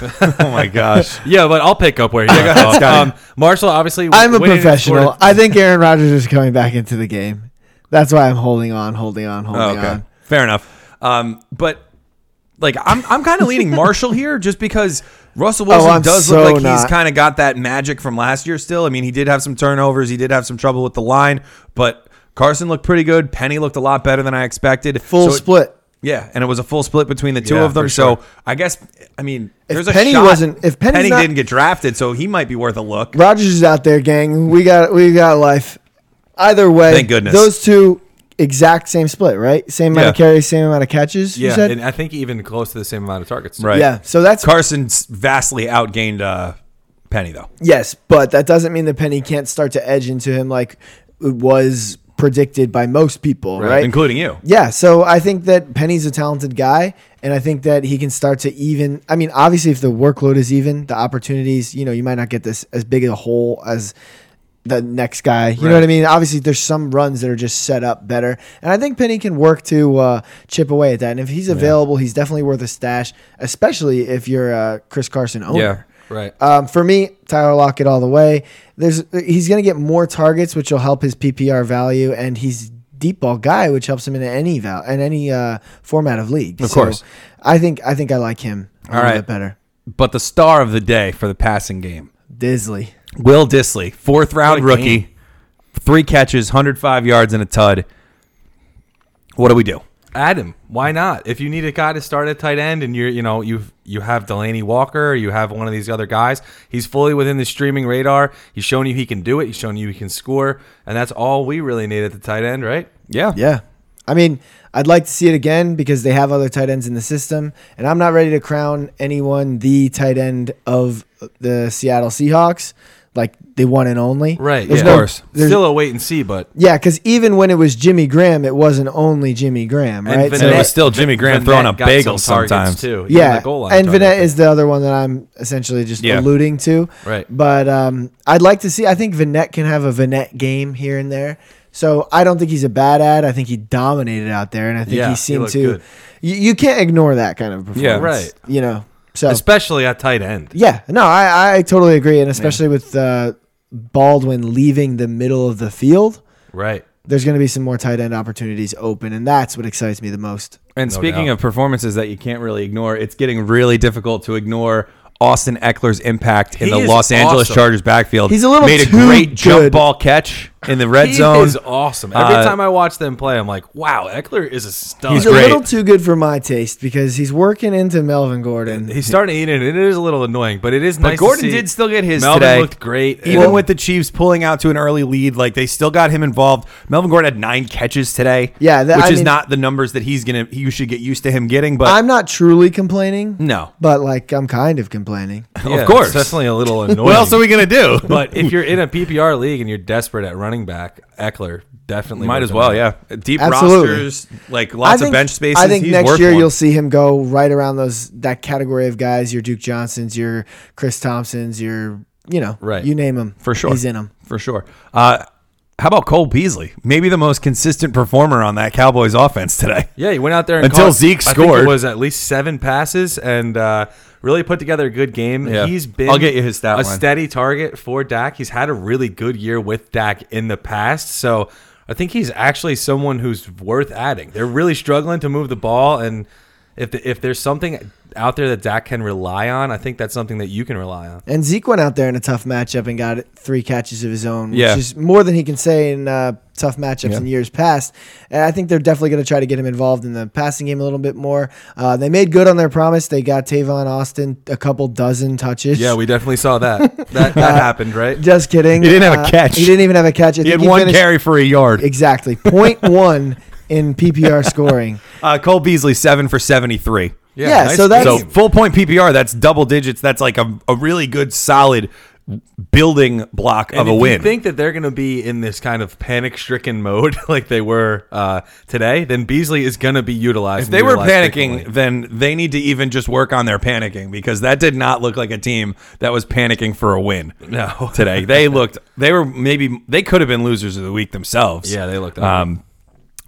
[SPEAKER 1] Oh my gosh!
[SPEAKER 5] yeah, but I'll pick up where he left off. Um, Marshall obviously
[SPEAKER 3] I'm a
[SPEAKER 5] when he scored
[SPEAKER 3] professional.
[SPEAKER 5] it-
[SPEAKER 3] I think Aaron Rodgers is coming back into the game. That's why I'm holding on, holding on, holding
[SPEAKER 1] Oh, okay,
[SPEAKER 3] on.
[SPEAKER 1] fair enough. Um, but like, I'm I'm kind of leaning Marshall here just because Russell Wilson
[SPEAKER 3] Oh, I'm
[SPEAKER 1] does
[SPEAKER 3] so
[SPEAKER 1] look like he's
[SPEAKER 3] not.
[SPEAKER 1] kind of got that magic from last year. Still, I mean, he did have some turnovers, he did have some trouble with the line, but Carson looked pretty good. Penny looked a lot better than I expected.
[SPEAKER 3] Full
[SPEAKER 1] So it-
[SPEAKER 3] split.
[SPEAKER 1] yeah, and it was a full split between the two
[SPEAKER 5] Yeah,
[SPEAKER 1] of them.
[SPEAKER 5] for
[SPEAKER 1] So
[SPEAKER 5] sure.
[SPEAKER 1] I guess I mean, there's a
[SPEAKER 3] Penny
[SPEAKER 1] shot.
[SPEAKER 3] wasn't- if Penny's
[SPEAKER 1] Penny
[SPEAKER 3] not-
[SPEAKER 1] didn't get drafted, so he might be worth a look.
[SPEAKER 3] Rogers is out there, gang. We got we got life. Either way,
[SPEAKER 1] Thank goodness.
[SPEAKER 3] Those two exact same split, right? Same amount of
[SPEAKER 1] Yeah.
[SPEAKER 3] carries, same amount of catches. you
[SPEAKER 5] Yeah,
[SPEAKER 3] said?
[SPEAKER 5] and I think even close to the same amount of targets.
[SPEAKER 1] Right.
[SPEAKER 3] yeah. So that's
[SPEAKER 1] Carson's vastly outgained uh, Penny though.
[SPEAKER 3] yes, but that doesn't mean that Penny can't start to edge into him like it was predicted by most people, right?
[SPEAKER 1] including you.
[SPEAKER 3] Yeah, so I think that Penny's a talented guy, and I think that he can start to even. I mean, obviously, if the workload is even, the opportunities, you know, you might not get this as big a hole as the next guy. You know what I mean? Obviously, there's some runs that are just set up better, and I think Penny can work to uh, chip away at that. And if he's available, he's definitely worth a stash, especially if you're uh, Chris Carson owner.
[SPEAKER 1] Yeah.
[SPEAKER 5] Right.
[SPEAKER 3] Um, for me, Tyler Lockett all the way. There's he's going to get more targets, which will help his PPR value, and he's deep ball guy, which helps him in any val in any uh, format of league. Of
[SPEAKER 1] course.
[SPEAKER 3] I think I think I like him a little
[SPEAKER 1] right.
[SPEAKER 3] bit better.
[SPEAKER 1] But the star of the day for the passing game,
[SPEAKER 3] Disley.
[SPEAKER 1] Will Disley, fourth round
[SPEAKER 5] What a
[SPEAKER 1] rookie,
[SPEAKER 5] game.
[SPEAKER 1] three catches, 105 yards, and a tud. What do we do?
[SPEAKER 5] Add him. Why not? If you need a guy to start at tight end, and you're, you know, you you have Delaney Walker, you have one of these other guys. He's fully within the streaming radar. He's shown you he can do it. He's shown you he can score, and that's all we really need at the tight end, right?
[SPEAKER 1] Yeah.
[SPEAKER 3] Yeah. I mean, I'd like to see it again because they have other tight ends in the system, and I'm not ready to crown anyone the tight end of the Seattle Seahawks, like the one and only. There's
[SPEAKER 5] yeah.
[SPEAKER 3] no-
[SPEAKER 1] Of course.
[SPEAKER 3] there's-
[SPEAKER 5] Still a wait and see, but
[SPEAKER 3] yeah, because even when it was Jimmy Graham, it wasn't only Jimmy Graham,
[SPEAKER 5] And
[SPEAKER 3] right?
[SPEAKER 5] Vinette-
[SPEAKER 1] And it
[SPEAKER 5] Vinette-
[SPEAKER 1] was still Jimmy Graham throwing a
[SPEAKER 5] Vinette got
[SPEAKER 1] bagel
[SPEAKER 5] some targets,
[SPEAKER 1] sometimes.
[SPEAKER 5] too. Even
[SPEAKER 3] yeah,
[SPEAKER 5] the goal line
[SPEAKER 3] and
[SPEAKER 5] target.
[SPEAKER 3] Vinette is the other one that I'm essentially just
[SPEAKER 1] Yeah.
[SPEAKER 3] alluding to.
[SPEAKER 5] Right.
[SPEAKER 3] But um, I'd like to see. I think Vinette can have a Vinette game here and there. So I don't think he's a bad ad. I think he dominated out there, and I think
[SPEAKER 5] Yeah,
[SPEAKER 3] he
[SPEAKER 5] he
[SPEAKER 3] seemed
[SPEAKER 5] looked
[SPEAKER 3] to.
[SPEAKER 5] good.
[SPEAKER 3] You, you can't ignore that kind of performance.
[SPEAKER 1] Yeah.
[SPEAKER 5] Right.
[SPEAKER 3] You know. So
[SPEAKER 5] especially at tight end.
[SPEAKER 3] uh, yeah, no, I I totally agree, and especially with uh, Baldwin leaving the middle of the field.
[SPEAKER 5] Right.
[SPEAKER 3] There's going to be some more tight end opportunities open, and that's what excites me the most.
[SPEAKER 1] And speaking
[SPEAKER 5] doubt.
[SPEAKER 1] of performances that you can't really ignore, it's getting really difficult to ignore Austin Eckler's impact in
[SPEAKER 5] He
[SPEAKER 1] the
[SPEAKER 5] is
[SPEAKER 1] Los Angeles
[SPEAKER 5] awesome.
[SPEAKER 1] Chargers backfield.
[SPEAKER 3] He's a little
[SPEAKER 1] made a
[SPEAKER 3] too
[SPEAKER 1] great
[SPEAKER 3] good.
[SPEAKER 1] jump ball catch in the red
[SPEAKER 5] He
[SPEAKER 1] zone.
[SPEAKER 5] is awesome. Every
[SPEAKER 1] Uh,
[SPEAKER 5] time I watch them play, I'm like, wow, Eckler is a stud.
[SPEAKER 1] He's
[SPEAKER 3] He's a
[SPEAKER 1] great.
[SPEAKER 3] little too good for my taste because he's working into Melvin Gordon.
[SPEAKER 5] He's starting to eat it. and It is a little annoying, but it is
[SPEAKER 1] But
[SPEAKER 5] nice. to
[SPEAKER 1] Gordon
[SPEAKER 5] see.
[SPEAKER 1] did still get his
[SPEAKER 5] Melvin
[SPEAKER 1] today.
[SPEAKER 5] looked great.
[SPEAKER 1] Even
[SPEAKER 5] And-
[SPEAKER 1] with the Chiefs pulling out to an early lead, like they still got him involved. Melvin Gordon had nine catches today.
[SPEAKER 3] Yeah, that-
[SPEAKER 1] which
[SPEAKER 3] I
[SPEAKER 1] is
[SPEAKER 3] mean-
[SPEAKER 1] not the numbers that he's gonna. You should get used to him getting, but
[SPEAKER 3] I'm not truly complaining.
[SPEAKER 1] no,
[SPEAKER 3] But like I'm kind of complaining.
[SPEAKER 5] Yeah,
[SPEAKER 1] of course.
[SPEAKER 5] it's definitely a little annoying.
[SPEAKER 1] What else are we gonna do?
[SPEAKER 5] but if you're in a PPR league and you're desperate at running back, Eckler definitely
[SPEAKER 1] might
[SPEAKER 5] worth
[SPEAKER 1] as
[SPEAKER 5] an
[SPEAKER 1] well.
[SPEAKER 5] eye.
[SPEAKER 1] Yeah, deep
[SPEAKER 3] Absolutely.
[SPEAKER 1] rosters, like lots of bench spaces.
[SPEAKER 3] I think
[SPEAKER 1] He's
[SPEAKER 3] next
[SPEAKER 1] worth
[SPEAKER 3] year
[SPEAKER 1] one.
[SPEAKER 3] you'll see him go right around those that category of guys. Your Duke Johnsons, your Chris Thompsons, your you know,
[SPEAKER 5] Right.
[SPEAKER 3] You name him
[SPEAKER 1] for sure.
[SPEAKER 3] He's in them.
[SPEAKER 1] for sure. Uh, how about Cole Beasley? Maybe the most consistent performer on that Cowboys offense today.
[SPEAKER 5] Yeah, he went out there and
[SPEAKER 1] Until
[SPEAKER 5] caught-
[SPEAKER 1] Zeke
[SPEAKER 5] I think
[SPEAKER 1] scored.
[SPEAKER 5] it was at least seven passes and uh, really put together a good game.
[SPEAKER 1] Yeah.
[SPEAKER 5] He's been
[SPEAKER 1] I'll get you his stat
[SPEAKER 5] a
[SPEAKER 1] line.
[SPEAKER 5] steady target for Dak. He's had a really good year with Dak in the past, so I think he's actually someone who's worth adding. They're really struggling to move the ball, and if the, if there's something out there that Dak can rely on, I think that's something that you can rely on.
[SPEAKER 3] And Zeke went out there in a tough matchup and got three catches of his own,
[SPEAKER 1] Yeah.
[SPEAKER 3] which is more than he can say in uh, tough matchups in years past. And I think they're definitely going to try to get him involved in the passing game a little bit more. Uh, they made good on their promise. They got Tavon Austin a couple dozen touches.
[SPEAKER 5] Yeah, we definitely saw that. that that happened, right?
[SPEAKER 3] Just kidding. He
[SPEAKER 1] didn't have a catch.
[SPEAKER 3] He didn't even have a catch. I
[SPEAKER 1] He
[SPEAKER 3] think
[SPEAKER 1] had one
[SPEAKER 3] finished-
[SPEAKER 1] carry for a yard.
[SPEAKER 3] Exactly. Point one in PPR scoring.
[SPEAKER 1] Uh, Cole Beasley seven for seventy three.
[SPEAKER 3] Yeah, so that's
[SPEAKER 1] So full point PPR, that's double digits. That's like a, a really good solid building block of
[SPEAKER 5] And
[SPEAKER 1] a
[SPEAKER 5] if
[SPEAKER 1] win.
[SPEAKER 5] You think that they're going to be in this kind of panic-stricken mode like they were uh, today? Then Beasley is going to be utilized.
[SPEAKER 1] if
[SPEAKER 5] and
[SPEAKER 1] they were
[SPEAKER 5] utilized
[SPEAKER 1] panicking,
[SPEAKER 5] frequently.
[SPEAKER 1] then they need to even just work on their panicking because that did not look like a team that was panicking for a win.
[SPEAKER 5] No.
[SPEAKER 1] today they looked they were maybe they could have been losers of the week themselves.
[SPEAKER 5] Yeah, they looked
[SPEAKER 1] Um,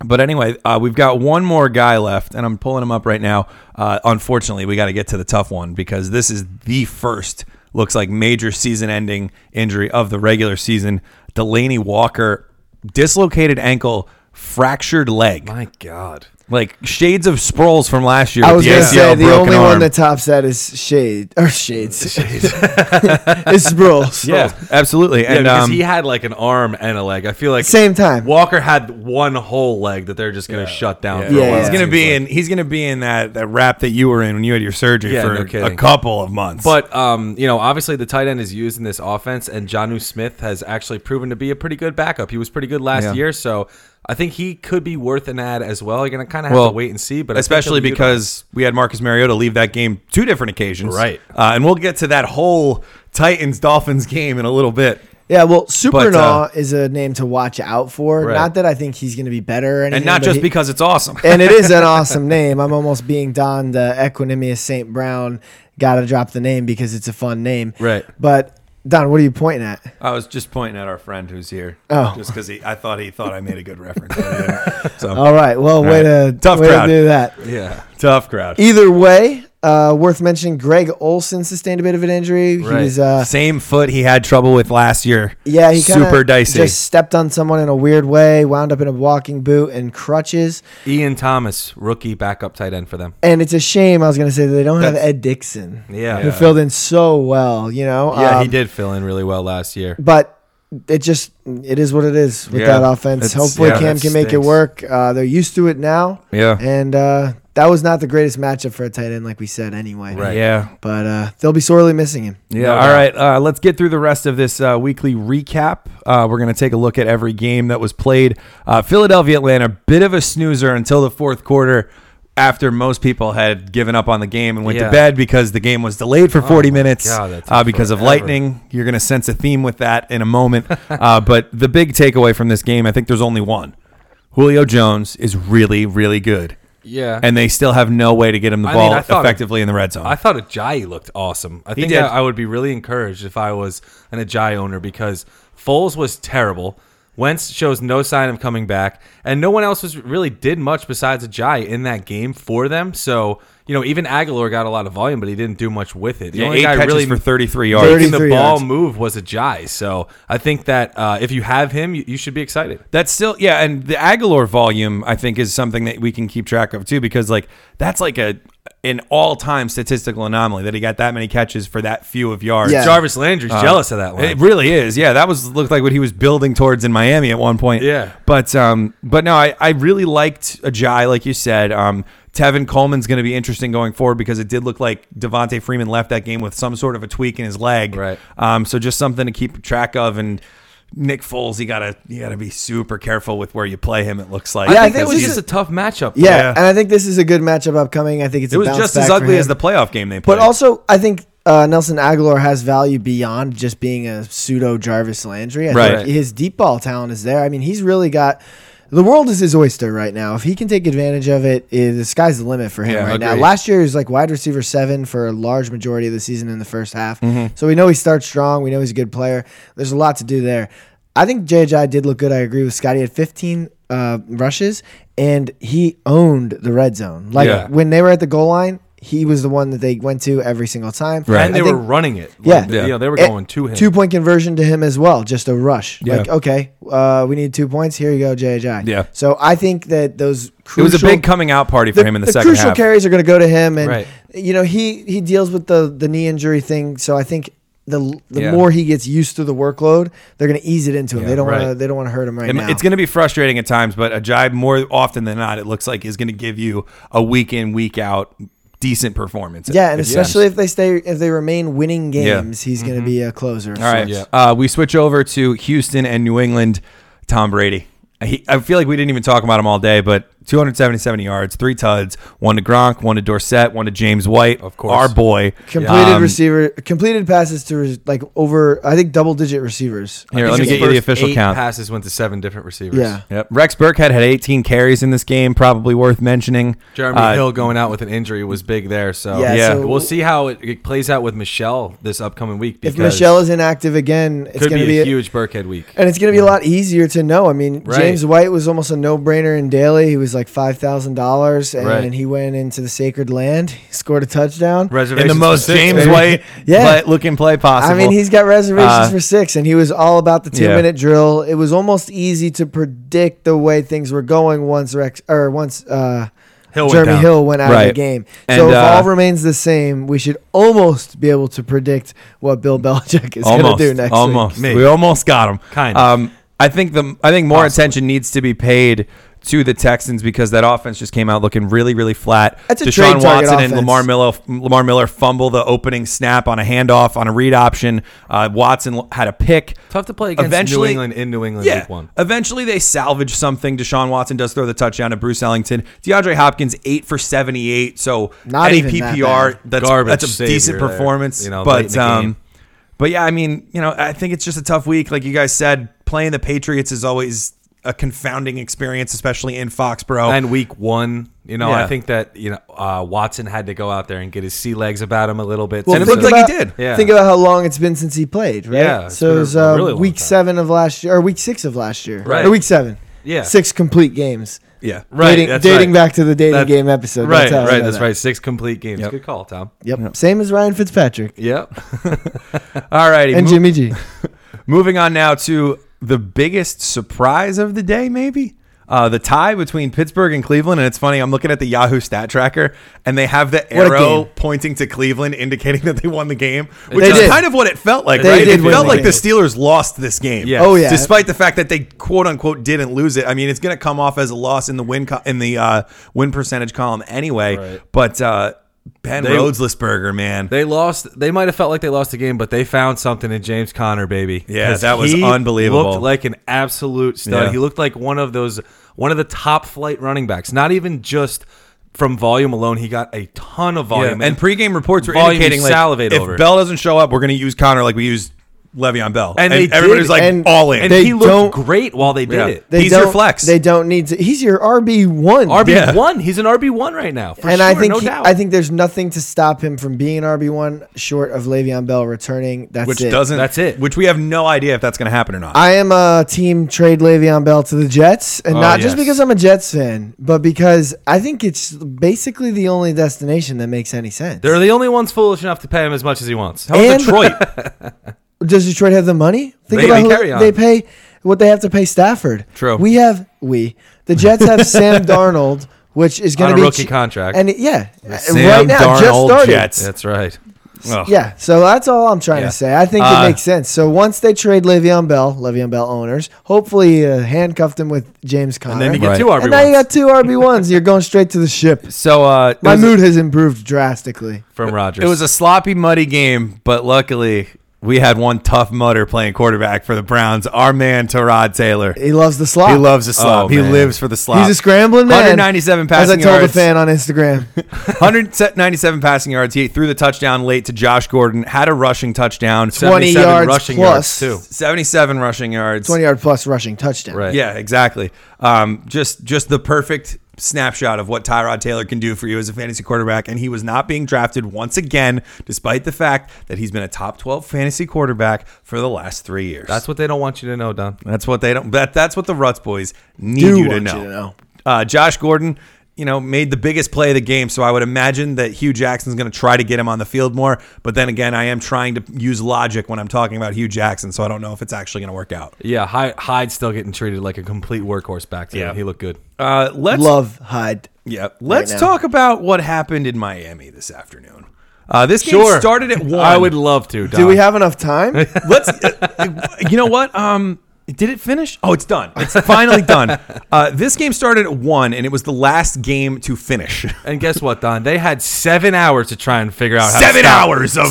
[SPEAKER 1] but anyway, uh, we've got one more guy left, and I'm pulling him up right now. Uh, unfortunately, we got to get to the tough one because this is the first looks like major season-ending injury of the regular season. Delaney Walker dislocated ankle, fractured leg,
[SPEAKER 5] my God,
[SPEAKER 1] like shades of Sproles from last year.
[SPEAKER 3] I
[SPEAKER 1] with
[SPEAKER 3] was going to
[SPEAKER 1] ACL
[SPEAKER 3] say the
[SPEAKER 1] broken
[SPEAKER 3] only
[SPEAKER 1] arm.
[SPEAKER 3] one that tops that is Shade or Shades. it's Sproles.
[SPEAKER 1] yeah, absolutely.
[SPEAKER 5] yeah,
[SPEAKER 1] And
[SPEAKER 5] because
[SPEAKER 1] um,
[SPEAKER 5] he had like an arm and a leg. I feel like
[SPEAKER 3] Same time.
[SPEAKER 5] Walker had one whole leg that they're just going to shut down. for a
[SPEAKER 3] Yeah,
[SPEAKER 5] while,
[SPEAKER 3] yeah.
[SPEAKER 1] he's
[SPEAKER 5] it
[SPEAKER 1] gonna
[SPEAKER 5] seems
[SPEAKER 1] be
[SPEAKER 5] like.
[SPEAKER 1] in. He's gonna be in that that wrap that you were in when you had your surgery
[SPEAKER 5] Yeah,
[SPEAKER 1] for
[SPEAKER 5] no
[SPEAKER 1] a
[SPEAKER 5] kidding.
[SPEAKER 1] couple of months.
[SPEAKER 5] But um, you know, obviously the tight end is used in this offense, and Jonu Smith has actually proven to be a pretty good backup. He was pretty good last
[SPEAKER 1] Yeah.
[SPEAKER 5] year, so I think he could be worth an ad as well. You're gonna kind of have to wait and see, but I think
[SPEAKER 1] especially
[SPEAKER 5] he'll be
[SPEAKER 1] because we had Marcus Mariota leave that game two different occasions,
[SPEAKER 5] Right.
[SPEAKER 1] Uh, and we'll get to that whole Titans Dolphins game in a little bit.
[SPEAKER 3] Yeah, well, Supernaw
[SPEAKER 1] But, uh,
[SPEAKER 3] is a name to watch out for.
[SPEAKER 5] Right.
[SPEAKER 3] Not that I think he's going to be better, or anything,
[SPEAKER 1] And not
[SPEAKER 3] but
[SPEAKER 1] just
[SPEAKER 3] he-
[SPEAKER 1] because it's awesome.
[SPEAKER 3] and it is an awesome name. I'm almost being donned uh, Equanimous St. Brown. Got to drop the name because it's a fun name.
[SPEAKER 5] Right.
[SPEAKER 3] But Don, what are you pointing at?
[SPEAKER 1] I was just pointing at our friend who's here,
[SPEAKER 3] Oh.
[SPEAKER 1] just because I thought he thought I made a good reference. but I didn't. so
[SPEAKER 3] All right. Well, way
[SPEAKER 1] right.
[SPEAKER 3] to
[SPEAKER 1] Tough
[SPEAKER 3] way
[SPEAKER 1] crowd.
[SPEAKER 3] to do that.
[SPEAKER 5] good. yeah.
[SPEAKER 1] tough crowd.
[SPEAKER 3] Either way, Uh, worth mentioning, Greg Olson sustained a bit of an injury.
[SPEAKER 5] Right.
[SPEAKER 3] He was uh,
[SPEAKER 1] Same foot he had trouble with last year.
[SPEAKER 3] Yeah, he kinda
[SPEAKER 1] super dicey.
[SPEAKER 3] Just stepped on someone in a weird way, wound up in a walking boot and crutches.
[SPEAKER 5] Ian Thomas, rookie backup tight end for them.
[SPEAKER 3] And it's a shame. I was gonna say that they don't have Ed Dixon,
[SPEAKER 5] Yeah.
[SPEAKER 3] who filled in so well. You know,
[SPEAKER 5] Yeah, he
[SPEAKER 3] Um,
[SPEAKER 5] did fill in really well last year.
[SPEAKER 3] But it just it is what it is with
[SPEAKER 1] Yeah,
[SPEAKER 3] that offense.
[SPEAKER 1] it's-
[SPEAKER 3] Hopefully,
[SPEAKER 5] yeah,
[SPEAKER 3] Cam
[SPEAKER 5] that
[SPEAKER 3] can make it
[SPEAKER 5] stinks.
[SPEAKER 3] work. Uh, they're used to it now.
[SPEAKER 1] Yeah.
[SPEAKER 3] and uh, that was not the greatest matchup for a tight end, like we said anyway.
[SPEAKER 5] Right.
[SPEAKER 1] Yeah.
[SPEAKER 3] But uh, they'll be sorely missing him.
[SPEAKER 1] Yeah.
[SPEAKER 5] No
[SPEAKER 1] All
[SPEAKER 5] doubt.
[SPEAKER 1] right. Uh, let's get through the rest of this uh, weekly recap. Uh, we're going to take a look at every game that was played. Uh, Philadelphia, Atlanta, bit of a snoozer until the fourth quarter after most people had given up on the game and went
[SPEAKER 5] Yeah. Oh
[SPEAKER 1] to bed because the game was delayed for 40 minutes
[SPEAKER 5] God, that took
[SPEAKER 1] uh, because of
[SPEAKER 5] forever.
[SPEAKER 1] lightning. You're going to sense a theme with that in a moment. uh, but the big takeaway from this game, I think there's only one Julio Jones is really, really good.
[SPEAKER 5] Yeah.
[SPEAKER 1] And they still have no way to get him the
[SPEAKER 5] I
[SPEAKER 1] ball
[SPEAKER 5] mean, I thought-
[SPEAKER 1] effectively in the red zone.
[SPEAKER 5] I thought Ajayi looked awesome. I think
[SPEAKER 1] did.
[SPEAKER 5] I, I would be really encouraged if I was an Ajayi owner because Foles was terrible. Wentz shows no sign of coming back, and no one else was really did much besides Ajayi in that game for them. So you know, even Aguilar got a lot of volume, but he didn't do much with it. The
[SPEAKER 1] Yeah,
[SPEAKER 5] only
[SPEAKER 1] eight
[SPEAKER 5] guy
[SPEAKER 1] catches
[SPEAKER 5] really
[SPEAKER 1] for 33 yards.
[SPEAKER 5] making the
[SPEAKER 3] 33
[SPEAKER 5] ball
[SPEAKER 3] yards.
[SPEAKER 5] move was Ajayi. So I think that uh, if you have him, you, you should be excited.
[SPEAKER 1] That's still yeah, and the Aguilar volume I think is something that we can keep track of too because like that's like a an all time statistical anomaly that he got that many catches for that few of yards.
[SPEAKER 3] Yeah.
[SPEAKER 5] Jarvis Landry's
[SPEAKER 1] Uh,
[SPEAKER 5] jealous of that one.
[SPEAKER 1] It really is. Yeah, that was looked like what he was building towards in Miami at one point.
[SPEAKER 5] Yeah.
[SPEAKER 1] But um but no, I, I really liked Ajay, like you said. Um Tevin Coleman's gonna be interesting going forward because it did look like Devontae Freeman left that game with some sort of a tweak in his leg.
[SPEAKER 5] Right.
[SPEAKER 1] Um so just something to keep track of and Nick Foles, you gotta you gotta be super careful with where you play him, it looks like.
[SPEAKER 3] Yeah, I
[SPEAKER 5] I think
[SPEAKER 3] think
[SPEAKER 5] it was
[SPEAKER 3] this
[SPEAKER 5] just a
[SPEAKER 3] is-
[SPEAKER 5] tough matchup.
[SPEAKER 3] Yeah,
[SPEAKER 1] Yeah.
[SPEAKER 3] and I think this is a good matchup upcoming. I think it's
[SPEAKER 1] it was just as ugly as the playoff game they played.
[SPEAKER 3] But also, I think uh, Nelson Aguilar has value beyond just being a pseudo Jarvis Landry. I
[SPEAKER 1] Right.
[SPEAKER 3] think his deep ball talent is there. I mean, he's really got. The world is his oyster right now. If he can take advantage of it, eh, the sky's the limit for him
[SPEAKER 1] Yeah,
[SPEAKER 3] right now.
[SPEAKER 1] agreed.
[SPEAKER 3] Last year, he was like wide receiver seven for a large majority of the season in the first half.
[SPEAKER 1] Mm-hmm.
[SPEAKER 3] So we know he starts strong. We know he's a good player. There's a lot to do there. I think JJ did look good. I agree with Scott. He had 15 uh, rushes, and he owned the red zone. Like
[SPEAKER 5] Yeah.
[SPEAKER 3] when they were at the goal line, he was the one that they went to every single time.
[SPEAKER 1] Right.
[SPEAKER 5] and they
[SPEAKER 3] I
[SPEAKER 5] were
[SPEAKER 3] think-
[SPEAKER 5] running it.
[SPEAKER 3] Yeah.
[SPEAKER 5] Like, you know, they were
[SPEAKER 3] Eh,
[SPEAKER 5] going to him.
[SPEAKER 3] Two point conversion to him as well, just a rush.
[SPEAKER 1] Yeah.
[SPEAKER 3] Like, okay, uh, we need two points. Here you go, JJ.
[SPEAKER 1] Yeah.
[SPEAKER 3] So I think that those
[SPEAKER 1] it
[SPEAKER 3] crucial,
[SPEAKER 1] was a big coming out party for him in the, second
[SPEAKER 3] crucial
[SPEAKER 1] half.
[SPEAKER 3] carries are going to go to him, and
[SPEAKER 5] Right.
[SPEAKER 3] you know he he deals with the the knee injury thing. So I think the the
[SPEAKER 1] Yeah.
[SPEAKER 3] more he gets used to the workload, they're going to ease it into him. they don't want
[SPEAKER 5] right.
[SPEAKER 3] to they don't want to hurt him right
[SPEAKER 1] It-
[SPEAKER 3] now.
[SPEAKER 1] It's going to be frustrating at times, but Ajay more often than not, it looks like is going to give you a week in, week out decent performance.
[SPEAKER 3] yeah, and
[SPEAKER 1] It's-
[SPEAKER 3] especially if they stay if they remain winning
[SPEAKER 1] Yeah. Mm-hmm.
[SPEAKER 3] games, he's going to be a closer.
[SPEAKER 1] All right,
[SPEAKER 5] Yeah.
[SPEAKER 1] uh, we switch over to Houston and New England. Tom Brady. He, I feel like we didn't even talk about him all day, but 277 yards, three tuds, one to Gronk, one to Dorsett, one to James White,
[SPEAKER 5] Of course.
[SPEAKER 1] our boy.
[SPEAKER 3] Completed
[SPEAKER 1] Um,
[SPEAKER 3] receiver, completed passes to re- like over, I think double digit receivers.
[SPEAKER 1] Here,
[SPEAKER 5] I
[SPEAKER 1] let me get
[SPEAKER 5] think his
[SPEAKER 1] you the
[SPEAKER 5] first
[SPEAKER 1] official
[SPEAKER 5] eight
[SPEAKER 1] count.
[SPEAKER 5] Passes went to seven different receivers.
[SPEAKER 3] Yeah.
[SPEAKER 1] Yep. Rex Burkhead had 18 carries in this game, probably worth mentioning.
[SPEAKER 5] Jeremy
[SPEAKER 1] Uh,
[SPEAKER 5] Hill going out with an injury was big there. So
[SPEAKER 3] Yeah,
[SPEAKER 1] Yeah.
[SPEAKER 3] so-
[SPEAKER 5] we'll see how it, it plays out with Michelle this upcoming week.
[SPEAKER 3] If
[SPEAKER 5] Because
[SPEAKER 3] Michelle is inactive again, it's
[SPEAKER 5] could
[SPEAKER 3] going
[SPEAKER 5] be,
[SPEAKER 3] to be,
[SPEAKER 5] a huge Burkhead week.
[SPEAKER 3] and it's going to be a lot easier to know. I mean,
[SPEAKER 5] Right.
[SPEAKER 3] James White was almost a no brainer in daily. He was like five thousand dollars, and
[SPEAKER 5] Right.
[SPEAKER 3] he went into the sacred land, he scored a touchdown.
[SPEAKER 1] in
[SPEAKER 5] Reservations
[SPEAKER 1] the
[SPEAKER 5] for
[SPEAKER 1] most
[SPEAKER 5] six,
[SPEAKER 1] James
[SPEAKER 5] baby.
[SPEAKER 1] White
[SPEAKER 3] Yeah.
[SPEAKER 1] play, looking play possible.
[SPEAKER 3] I mean, he's got reservations
[SPEAKER 1] Uh,
[SPEAKER 3] for six, and he was all about the two
[SPEAKER 1] Yeah.
[SPEAKER 3] minute drill. It was almost easy to predict the way things were going once Rex or once uh,
[SPEAKER 5] Hill went
[SPEAKER 3] Jeremy
[SPEAKER 5] down.
[SPEAKER 3] Hill went out of the
[SPEAKER 1] Right.
[SPEAKER 3] game.
[SPEAKER 1] And,
[SPEAKER 3] so if
[SPEAKER 1] uh,
[SPEAKER 3] all remains the same, we should almost be able to predict what Bill Belichick is going to
[SPEAKER 1] almost,
[SPEAKER 3] do next
[SPEAKER 1] almost.
[SPEAKER 3] week.
[SPEAKER 5] Maybe.
[SPEAKER 1] We almost got him.
[SPEAKER 5] Kind of.
[SPEAKER 1] Um, I think the I think more attention needs to be paid to the Texans because that offense just came out looking really really flat.
[SPEAKER 3] That's a
[SPEAKER 1] Deshaun
[SPEAKER 3] trade target
[SPEAKER 1] Watson and
[SPEAKER 3] offense.
[SPEAKER 1] Lamar Miller Lamar Miller fumble the opening snap on a handoff on a read option. Uh, Watson l- had a pick.
[SPEAKER 5] Tough to play against New England in New England
[SPEAKER 1] yeah,
[SPEAKER 5] week one.
[SPEAKER 1] Eventually, they salvage something. Deshaun Watson does throw the touchdown to Bruce Ellington. DeAndre Hopkins eight for seventy-eight. So
[SPEAKER 3] Not
[SPEAKER 1] any
[SPEAKER 3] even that
[SPEAKER 1] PPR,
[SPEAKER 3] bad.
[SPEAKER 1] that's
[SPEAKER 5] Garbage
[SPEAKER 1] that's a
[SPEAKER 5] savior
[SPEAKER 1] decent
[SPEAKER 5] there,
[SPEAKER 1] performance.
[SPEAKER 5] you know, late in
[SPEAKER 1] but
[SPEAKER 5] the
[SPEAKER 1] um,
[SPEAKER 5] game.
[SPEAKER 1] but yeah, I mean, you know, I think it's just a tough week. Like you guys said, playing the Patriots is always a confounding experience, especially in Foxborough.
[SPEAKER 5] And week one, you know,
[SPEAKER 1] Yeah.
[SPEAKER 5] I think that you know uh, Watson had to go out there and get his sea legs about him a little bit.
[SPEAKER 1] And it
[SPEAKER 5] So-
[SPEAKER 1] looked
[SPEAKER 3] think
[SPEAKER 1] like he did.
[SPEAKER 5] Yeah.
[SPEAKER 3] Think about how long it's been since he played, right?
[SPEAKER 5] Yeah, it's
[SPEAKER 3] so
[SPEAKER 5] been
[SPEAKER 3] it
[SPEAKER 5] a
[SPEAKER 3] was uh,
[SPEAKER 5] really long
[SPEAKER 3] week
[SPEAKER 5] time.
[SPEAKER 3] seven of last year, or week six of last year,
[SPEAKER 5] Right.
[SPEAKER 3] Or week seven.
[SPEAKER 5] Yeah.
[SPEAKER 3] Six complete games.
[SPEAKER 1] Yeah.
[SPEAKER 5] Right,
[SPEAKER 3] dating,
[SPEAKER 5] that's
[SPEAKER 3] dating
[SPEAKER 5] right.
[SPEAKER 3] back to the dating
[SPEAKER 5] That-
[SPEAKER 3] game episode.
[SPEAKER 5] Right,
[SPEAKER 3] that's how I
[SPEAKER 5] right,
[SPEAKER 3] know
[SPEAKER 5] that's
[SPEAKER 3] that.
[SPEAKER 5] right. Six complete games.
[SPEAKER 1] Yep.
[SPEAKER 5] Good call, Tom.
[SPEAKER 3] Yep. Same as Ryan Fitzpatrick
[SPEAKER 5] Yep. All righty.
[SPEAKER 3] and
[SPEAKER 5] mo-
[SPEAKER 3] Jimmy G.
[SPEAKER 1] Moving on now to the biggest surprise of the day, maybe. Uh, the tie between Pittsburgh and Cleveland, and it's funny. I'm looking at the Yahoo stat tracker, and they have the
[SPEAKER 3] What a
[SPEAKER 1] arrow
[SPEAKER 3] game.
[SPEAKER 1] pointing to Cleveland, indicating that they won the game, which
[SPEAKER 5] They
[SPEAKER 1] is
[SPEAKER 3] did.
[SPEAKER 1] kind of what it felt like.
[SPEAKER 3] They
[SPEAKER 1] right?
[SPEAKER 3] did
[SPEAKER 1] It
[SPEAKER 3] win
[SPEAKER 1] felt
[SPEAKER 3] the
[SPEAKER 1] like the
[SPEAKER 3] game.
[SPEAKER 1] Steelers lost this game.
[SPEAKER 5] Yes.
[SPEAKER 3] Oh, yeah.
[SPEAKER 1] despite the fact that they quote unquote didn't lose it. I mean, it's going to come off as a loss in the win co- in the uh, win percentage column anyway.
[SPEAKER 5] Right.
[SPEAKER 1] But uh, Ben
[SPEAKER 5] They-
[SPEAKER 1] Roethlisberger, man,
[SPEAKER 5] They lost. They might have felt like they lost the game, but they found something in James Conner, baby.
[SPEAKER 1] Yeah,
[SPEAKER 5] 'Cause
[SPEAKER 1] that was
[SPEAKER 5] he
[SPEAKER 1] unbelievable.
[SPEAKER 5] Looked like an absolute stud.
[SPEAKER 1] Yeah.
[SPEAKER 5] He looked like one of those, one of the top flight running backs. Not even just from volume alone. He got a ton of
[SPEAKER 1] Yeah,
[SPEAKER 5] volume.
[SPEAKER 1] and pregame reports were
[SPEAKER 5] Volume
[SPEAKER 1] indicating
[SPEAKER 5] you
[SPEAKER 1] like
[SPEAKER 5] salivate
[SPEAKER 1] if
[SPEAKER 5] over.
[SPEAKER 1] Bell doesn't show up, we're going to use Connor like we used Le'Veon Bell.
[SPEAKER 5] And they did,
[SPEAKER 1] everybody's like
[SPEAKER 3] and-
[SPEAKER 1] all in.
[SPEAKER 5] and
[SPEAKER 3] they
[SPEAKER 5] he looked
[SPEAKER 3] don't-
[SPEAKER 5] great while they did
[SPEAKER 1] Yeah.
[SPEAKER 5] it.
[SPEAKER 3] They
[SPEAKER 1] He's your
[SPEAKER 3] don't-
[SPEAKER 1] flex.
[SPEAKER 3] They don't need to. He's your RB one.
[SPEAKER 5] RB one. He's an RB one right now. For
[SPEAKER 3] and
[SPEAKER 5] sure,
[SPEAKER 3] I think
[SPEAKER 5] no
[SPEAKER 3] he-
[SPEAKER 5] doubt.
[SPEAKER 3] I think there's nothing to stop him from being RB one short of Le'Veon Bell returning. That's
[SPEAKER 1] which
[SPEAKER 3] it.
[SPEAKER 1] doesn't.
[SPEAKER 5] That's it.
[SPEAKER 1] Which we have no idea if that's going to happen or not.
[SPEAKER 3] I am a team trade Le'Veon Bell to the Jets, and
[SPEAKER 5] Oh,
[SPEAKER 3] not
[SPEAKER 5] yes.
[SPEAKER 3] just because I'm a Jets fan, but because I think it's basically the only destination that makes any sense.
[SPEAKER 5] they're the only ones foolish enough to pay him as much as he wants. How
[SPEAKER 3] And-
[SPEAKER 5] about Detroit?
[SPEAKER 3] Does Detroit have the money? Think
[SPEAKER 5] They-
[SPEAKER 3] about
[SPEAKER 5] they
[SPEAKER 3] who
[SPEAKER 5] carry on.
[SPEAKER 3] they pay what they have to pay Stafford.
[SPEAKER 1] True.
[SPEAKER 3] We have we the Jets have Sam Darnold, which is going
[SPEAKER 5] On
[SPEAKER 3] to
[SPEAKER 5] a
[SPEAKER 3] be
[SPEAKER 5] rookie
[SPEAKER 3] che-
[SPEAKER 5] contract.
[SPEAKER 3] and it- yeah, uh,
[SPEAKER 1] Sam
[SPEAKER 3] right now just
[SPEAKER 1] Darnold
[SPEAKER 3] started.
[SPEAKER 1] Jets.
[SPEAKER 5] That's right.
[SPEAKER 1] Ugh.
[SPEAKER 3] Yeah, so that's all I'm trying
[SPEAKER 1] Yeah.
[SPEAKER 3] to say. I think
[SPEAKER 1] Uh,
[SPEAKER 3] it makes sense. So once they trade Le'Veon Bell, Le'Veon Bell owners, hopefully uh, handcuffed him with James Conner,
[SPEAKER 1] then you
[SPEAKER 5] You get
[SPEAKER 1] Right.
[SPEAKER 5] two RB
[SPEAKER 3] and now you
[SPEAKER 5] ones
[SPEAKER 3] got two RB ones. You're going straight to the ship.
[SPEAKER 1] So uh,
[SPEAKER 3] My
[SPEAKER 1] it was-
[SPEAKER 3] mood has improved drastically.
[SPEAKER 5] from Rogers.
[SPEAKER 1] It was a sloppy, muddy game, but luckily we had one tough mutter playing quarterback for the Browns. Our man Terod Taylor.
[SPEAKER 3] He loves the slot.
[SPEAKER 1] He loves the slop.
[SPEAKER 5] Oh,
[SPEAKER 1] he
[SPEAKER 5] man.
[SPEAKER 1] lives for the slop.
[SPEAKER 3] He's a scrambling man.
[SPEAKER 1] 197
[SPEAKER 3] As I
[SPEAKER 1] passing
[SPEAKER 3] told
[SPEAKER 1] yards.
[SPEAKER 3] a fan on Instagram.
[SPEAKER 1] 197 passing yards. He threw the touchdown late to Josh Gordon. Had a rushing touchdown.
[SPEAKER 3] 20
[SPEAKER 5] 77
[SPEAKER 3] yards
[SPEAKER 5] rushing
[SPEAKER 3] plus.
[SPEAKER 5] yards too.
[SPEAKER 1] 77 rushing yards.
[SPEAKER 3] 20 yard plus rushing touchdown.
[SPEAKER 5] Right.
[SPEAKER 1] Yeah, exactly. Um, just just the perfect snapshot of what Tyrod Taylor can do for you as a fantasy quarterback, and he was not being drafted once again, despite the fact that he's been a top twelve fantasy quarterback for the last three years.
[SPEAKER 5] That's what they don't want you to know, Don.
[SPEAKER 1] that's what they don't. That that's what the Ruts boys need
[SPEAKER 3] Do
[SPEAKER 1] you to
[SPEAKER 3] want
[SPEAKER 1] know.
[SPEAKER 3] you to know.
[SPEAKER 1] Uh, Josh Gordon. You know, made the biggest play of the game, so I would imagine that Hugh Jackson's going to try to get him on the field more. But then again, I am trying to use logic when I'm talking about Hugh Jackson, so I don't know if it's actually going to work out.
[SPEAKER 5] Yeah, Hyde, Hyde's still getting treated like a complete workhorse back there.
[SPEAKER 1] Yeah.
[SPEAKER 5] He looked good.
[SPEAKER 1] Uh, let's
[SPEAKER 3] Love Hyde.
[SPEAKER 1] Yeah. Let's
[SPEAKER 3] now.
[SPEAKER 1] talk about what happened in Miami this afternoon. Uh, this game started at one.
[SPEAKER 5] I would love to.
[SPEAKER 3] Do we have enough time?
[SPEAKER 1] Let's. uh, you know what? Um, did it finish? Oh, it's done. It's finally done. Uh, this game started at one, and it was the last game to finish.
[SPEAKER 5] And guess what, Don? They had seven hours to try and figure out how to
[SPEAKER 1] Seven
[SPEAKER 5] stop,
[SPEAKER 1] hours of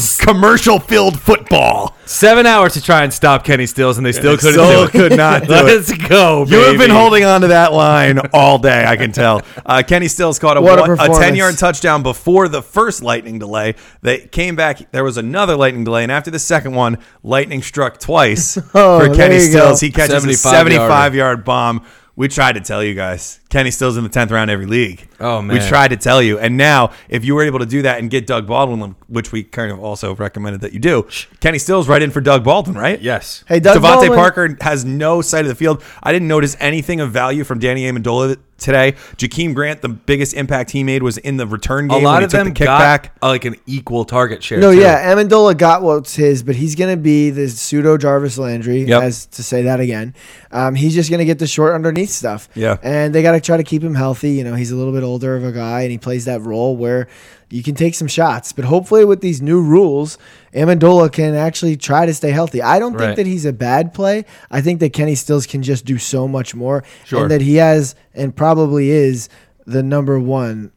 [SPEAKER 1] commercial-filled football.
[SPEAKER 5] Seven hours to try and stop Kenny Stills, and they still couldn't.
[SPEAKER 1] still
[SPEAKER 5] do it.
[SPEAKER 1] could not do it.
[SPEAKER 5] Let's go.
[SPEAKER 1] You have been
[SPEAKER 5] baby.
[SPEAKER 1] holding on to that line all day, I can tell. Uh, Kenny Stills caught a,
[SPEAKER 3] What a
[SPEAKER 1] one- a,
[SPEAKER 3] performance.
[SPEAKER 1] 10 yard touchdown before the first lightning delay. They came back. There was another lightning delay. And after the second one, lightning struck twice
[SPEAKER 3] Oh,
[SPEAKER 1] for Kenny
[SPEAKER 3] there you go.
[SPEAKER 1] Stills. He catches a
[SPEAKER 5] 75-yarder.
[SPEAKER 1] 75 yard bomb. We tried to tell you guys. Kenny Stills in the 10th round every league.
[SPEAKER 5] Oh,
[SPEAKER 1] We
[SPEAKER 5] man.
[SPEAKER 1] tried to tell you. And now, if you were able to do that and get Doug Baldwin, which we kind of also recommended that you do, Kenny Stills right in for Doug Baldwin, right?
[SPEAKER 5] Yes.
[SPEAKER 3] Hey, Doug
[SPEAKER 1] Devontae
[SPEAKER 3] Baldwin-
[SPEAKER 1] Parker has no side of the field. I didn't notice anything of value from Danny Amendola today. Jakeem Grant, the biggest impact he made was in the return
[SPEAKER 5] A
[SPEAKER 1] game. when
[SPEAKER 5] lot
[SPEAKER 1] he
[SPEAKER 5] of
[SPEAKER 1] took
[SPEAKER 5] them
[SPEAKER 1] the
[SPEAKER 5] got
[SPEAKER 1] kickback.
[SPEAKER 5] uh, like an equal target share.
[SPEAKER 3] No,
[SPEAKER 5] too.
[SPEAKER 3] yeah, Amendola got what's his, but he's gonna be the pseudo Jarvis Landry,
[SPEAKER 1] Yep.
[SPEAKER 3] as to say that again. Um, he's just gonna get the short underneath stuff.
[SPEAKER 1] Yeah.
[SPEAKER 3] and they gotta try to keep him healthy. You know, he's a little bit older of a guy, and he plays that role where you can take some shots. But hopefully, with these new rules, Amendola can actually try to stay healthy. I don't
[SPEAKER 5] Right.
[SPEAKER 3] think that he's a bad play. I think that Kenny Stills can just do so much more,
[SPEAKER 1] Sure.
[SPEAKER 3] and that he has and probably is the number one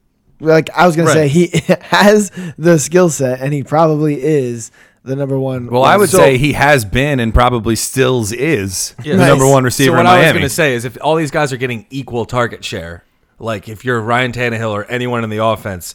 [SPEAKER 3] like I was gonna
[SPEAKER 1] Right.
[SPEAKER 3] say, he has the skill set, and he probably is the number one.
[SPEAKER 1] Well, I would
[SPEAKER 3] So-
[SPEAKER 1] say he has been and probably stills is the
[SPEAKER 3] Nice.
[SPEAKER 1] number one receiver
[SPEAKER 5] So what
[SPEAKER 1] in
[SPEAKER 5] I
[SPEAKER 1] Miami.
[SPEAKER 5] was going to say is, if all these guys are getting equal target share, like if you're Ryan Tannehill or anyone in the offense,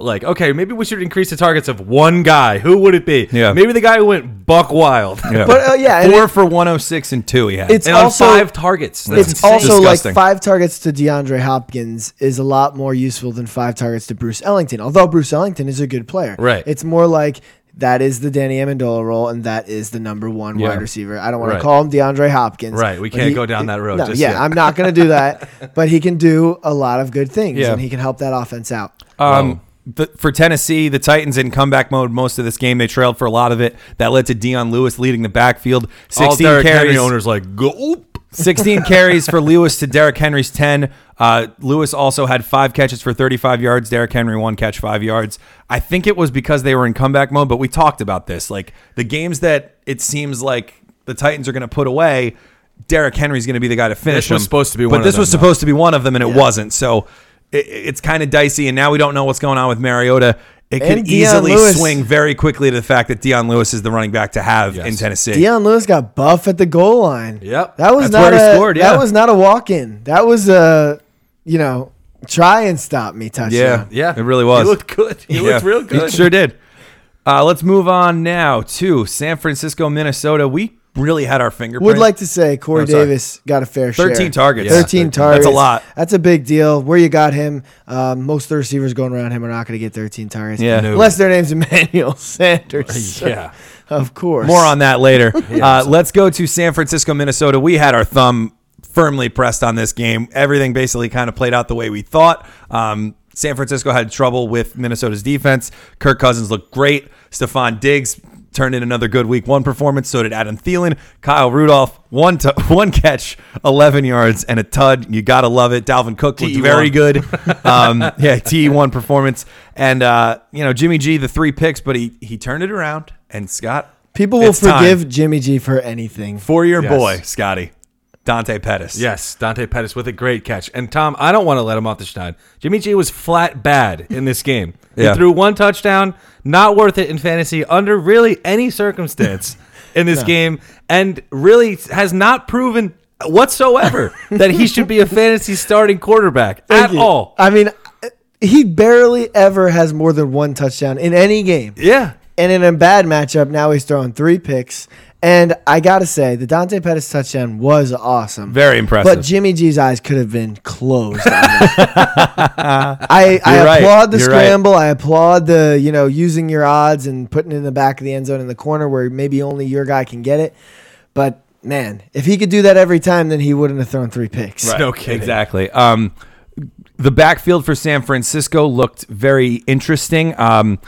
[SPEAKER 5] like okay, maybe we should increase the targets of one guy. Who would it be?
[SPEAKER 1] Yeah.
[SPEAKER 5] Maybe the guy who went buck wild.
[SPEAKER 1] Yeah.
[SPEAKER 3] But, uh, yeah, and
[SPEAKER 1] four
[SPEAKER 3] it-
[SPEAKER 1] for 106 and two. He had.
[SPEAKER 3] It's
[SPEAKER 5] and on
[SPEAKER 3] also-
[SPEAKER 5] five targets. That's
[SPEAKER 3] it's
[SPEAKER 5] insane.
[SPEAKER 3] also
[SPEAKER 1] Disgusting.
[SPEAKER 3] like five targets to DeAndre Hopkins is a lot more useful than five targets to Bruce Ellington. Although Bruce Ellington is a good player,
[SPEAKER 5] Right.
[SPEAKER 3] It's more like that is the Danny Amendola role, and that is the number one
[SPEAKER 5] Yeah.
[SPEAKER 3] wide receiver. I don't want
[SPEAKER 5] Right.
[SPEAKER 3] to call him DeAndre Hopkins.
[SPEAKER 5] Right, we
[SPEAKER 3] but
[SPEAKER 5] can't go down that road
[SPEAKER 3] No,
[SPEAKER 5] just
[SPEAKER 3] yeah,
[SPEAKER 5] yet.
[SPEAKER 3] I'm not going to do that. But he can do a lot of good things,
[SPEAKER 1] Yeah.
[SPEAKER 3] and he can help that offense out.
[SPEAKER 1] Um, the, for Tennessee, the Titans in comeback mode most of this game. They trailed for a lot of it. That led to Dion Lewis leading the backfield.
[SPEAKER 5] All
[SPEAKER 1] 16
[SPEAKER 5] Derrick
[SPEAKER 1] carries.
[SPEAKER 5] Henry owners like gulp.
[SPEAKER 1] 16 carries for Lewis to Derrick Henry's 10. Uh, Lewis also had five catches for 35 yards. Derrick Henry, one catch, five yards. I think it was because they were in comeback mode, but we talked about this. Like the games that it seems like the Titans are going to put away, Derrick Henry's going to be the guy to finish
[SPEAKER 5] This was
[SPEAKER 1] them.
[SPEAKER 5] supposed to be
[SPEAKER 1] but
[SPEAKER 5] one of
[SPEAKER 1] this
[SPEAKER 5] them,
[SPEAKER 1] was
[SPEAKER 5] though.
[SPEAKER 1] supposed to be one of them, and it wasn't. So it, it's kind of dicey, and now we don't know what's going on with Mariota. It
[SPEAKER 3] And
[SPEAKER 1] could
[SPEAKER 3] Deion
[SPEAKER 1] easily
[SPEAKER 3] Lewis.
[SPEAKER 1] swing very quickly to the fact that Deion Lewis is the running back to have in Tennessee.
[SPEAKER 3] Deion Lewis got buff at the goal line.
[SPEAKER 5] Yep.
[SPEAKER 3] that was
[SPEAKER 1] That's
[SPEAKER 3] not
[SPEAKER 1] where he
[SPEAKER 3] a
[SPEAKER 1] scored, yeah.
[SPEAKER 3] that was not a walk in. That was a you know try and stop me touchdown.
[SPEAKER 1] Yeah.
[SPEAKER 5] Yeah,
[SPEAKER 1] It really was.
[SPEAKER 5] He looked good. He looked real good.
[SPEAKER 1] It sure did. Uh, let's move on now to San Francisco, Minnesota. We really had our fingerprint.
[SPEAKER 3] Would like to say Corey
[SPEAKER 1] I'm Oh, sorry.
[SPEAKER 3] Davis got a fair
[SPEAKER 1] 13
[SPEAKER 3] share.
[SPEAKER 1] targets. Yeah,
[SPEAKER 3] 13
[SPEAKER 1] 13.
[SPEAKER 3] targets.
[SPEAKER 1] That's a lot.
[SPEAKER 3] That's a big deal. Where you got him, um, most of the receivers going around him are not going to get 13 targets.
[SPEAKER 1] Yeah. No.
[SPEAKER 3] Unless their name's Emmanuel Sanders.
[SPEAKER 5] Yeah.
[SPEAKER 3] of course.
[SPEAKER 1] more on that later. uh, let's go to San Francisco, Minnesota. We had our thumb firmly pressed on this game. Everything basically kind of played out the way we thought. Um, San Francisco had trouble with Minnesota's defense. Kirk Cousins looked great. Stephon Diggs turned in another good week one performance. So did Adam Thielen. Kyle Rudolph, one t- one catch, 11 yards, and a tud. You got to love it. Dalvin Cook looked
[SPEAKER 5] TE1.
[SPEAKER 1] very good. Um, yeah, TE1 performance. And, uh, you know, Jimmy G, the three picks, but he, he turned it around. And Scott,
[SPEAKER 3] People will
[SPEAKER 1] it's time.
[SPEAKER 3] forgive Jimmy G for anything.
[SPEAKER 1] For your
[SPEAKER 5] Yes.
[SPEAKER 1] boy, Scotty. Dante Pettis.
[SPEAKER 5] Yes, Dante Pettis with a great catch. And Tom, I don't want to let him off the schneid. Jimmy G was flat bad in this game.
[SPEAKER 1] Yeah.
[SPEAKER 5] He threw one touchdown, not worth it in fantasy under really any circumstance in this game, and really has not proven whatsoever that he should be a fantasy starting quarterback
[SPEAKER 3] Thank
[SPEAKER 5] at
[SPEAKER 3] you.
[SPEAKER 5] all.
[SPEAKER 3] I mean, uh, he barely ever has more than one touchdown in any game.
[SPEAKER 5] Yeah.
[SPEAKER 3] And in a bad matchup, now he's throwing three picks. And I gotta say, the Dante Pettis touchdown was awesome.
[SPEAKER 1] Very impressive.
[SPEAKER 3] But Jimmy G's eyes could have been closed. on that. I, I
[SPEAKER 1] You're right.
[SPEAKER 3] applaud the
[SPEAKER 1] You're right.
[SPEAKER 3] scramble. I applaud the you know using your odds and putting it in the back of the end zone in the corner where maybe only your guy can get it. But man, if he could do that every time, then he wouldn't have thrown three picks.
[SPEAKER 5] Right. No kidding.
[SPEAKER 1] Exactly. Um, the backfield for San Francisco looked very interesting. Um,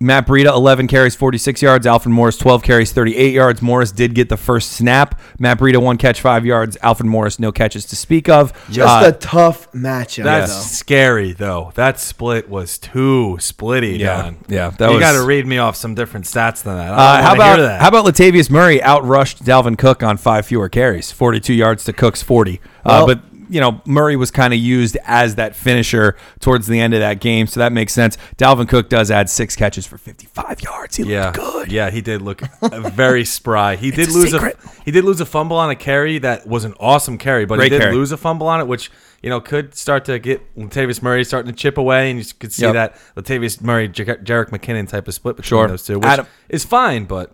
[SPEAKER 1] Matt Breida, 11 carries, 46 yards. Alfred Morris, 12 carries, 38 yards. Morris did get the first snap. Matt Breida, one catch, five yards. Alfred Morris, no catches to speak of.
[SPEAKER 3] Just
[SPEAKER 1] Uh,
[SPEAKER 3] a tough matchup.
[SPEAKER 5] That's
[SPEAKER 3] though.
[SPEAKER 5] scary though. That split was too splitty.
[SPEAKER 1] Yeah.
[SPEAKER 5] Don.
[SPEAKER 1] Yeah, that
[SPEAKER 5] you
[SPEAKER 1] was-
[SPEAKER 5] got to read me off some different stats than that.
[SPEAKER 1] Uh,
[SPEAKER 5] I
[SPEAKER 1] how about
[SPEAKER 5] that?
[SPEAKER 1] how about Latavius Murray outrushed Dalvin Cook on five fewer carries, forty-two yards to Cook's forty. uh,
[SPEAKER 3] Well-
[SPEAKER 1] but you know Murray was kind of used as that finisher towards the end of that game, so that makes sense. Dalvin Cook does add six catches for fifty-five yards. He
[SPEAKER 5] Yeah,
[SPEAKER 1] looked good.
[SPEAKER 5] Yeah, he did look uh, very spry. He did
[SPEAKER 1] a
[SPEAKER 5] lose
[SPEAKER 1] secret.
[SPEAKER 5] a he did lose a fumble on a carry that was an awesome carry, but
[SPEAKER 1] Great
[SPEAKER 5] he did
[SPEAKER 1] carry.
[SPEAKER 5] lose a fumble on it, which you know could start to get Latavius Murray starting to chip away, and you could see
[SPEAKER 1] Yep.
[SPEAKER 5] that Latavius Murray, Jer- Jarek McKinnon type of split between
[SPEAKER 1] Sure.
[SPEAKER 5] those two, which
[SPEAKER 1] Adam-
[SPEAKER 5] is fine, but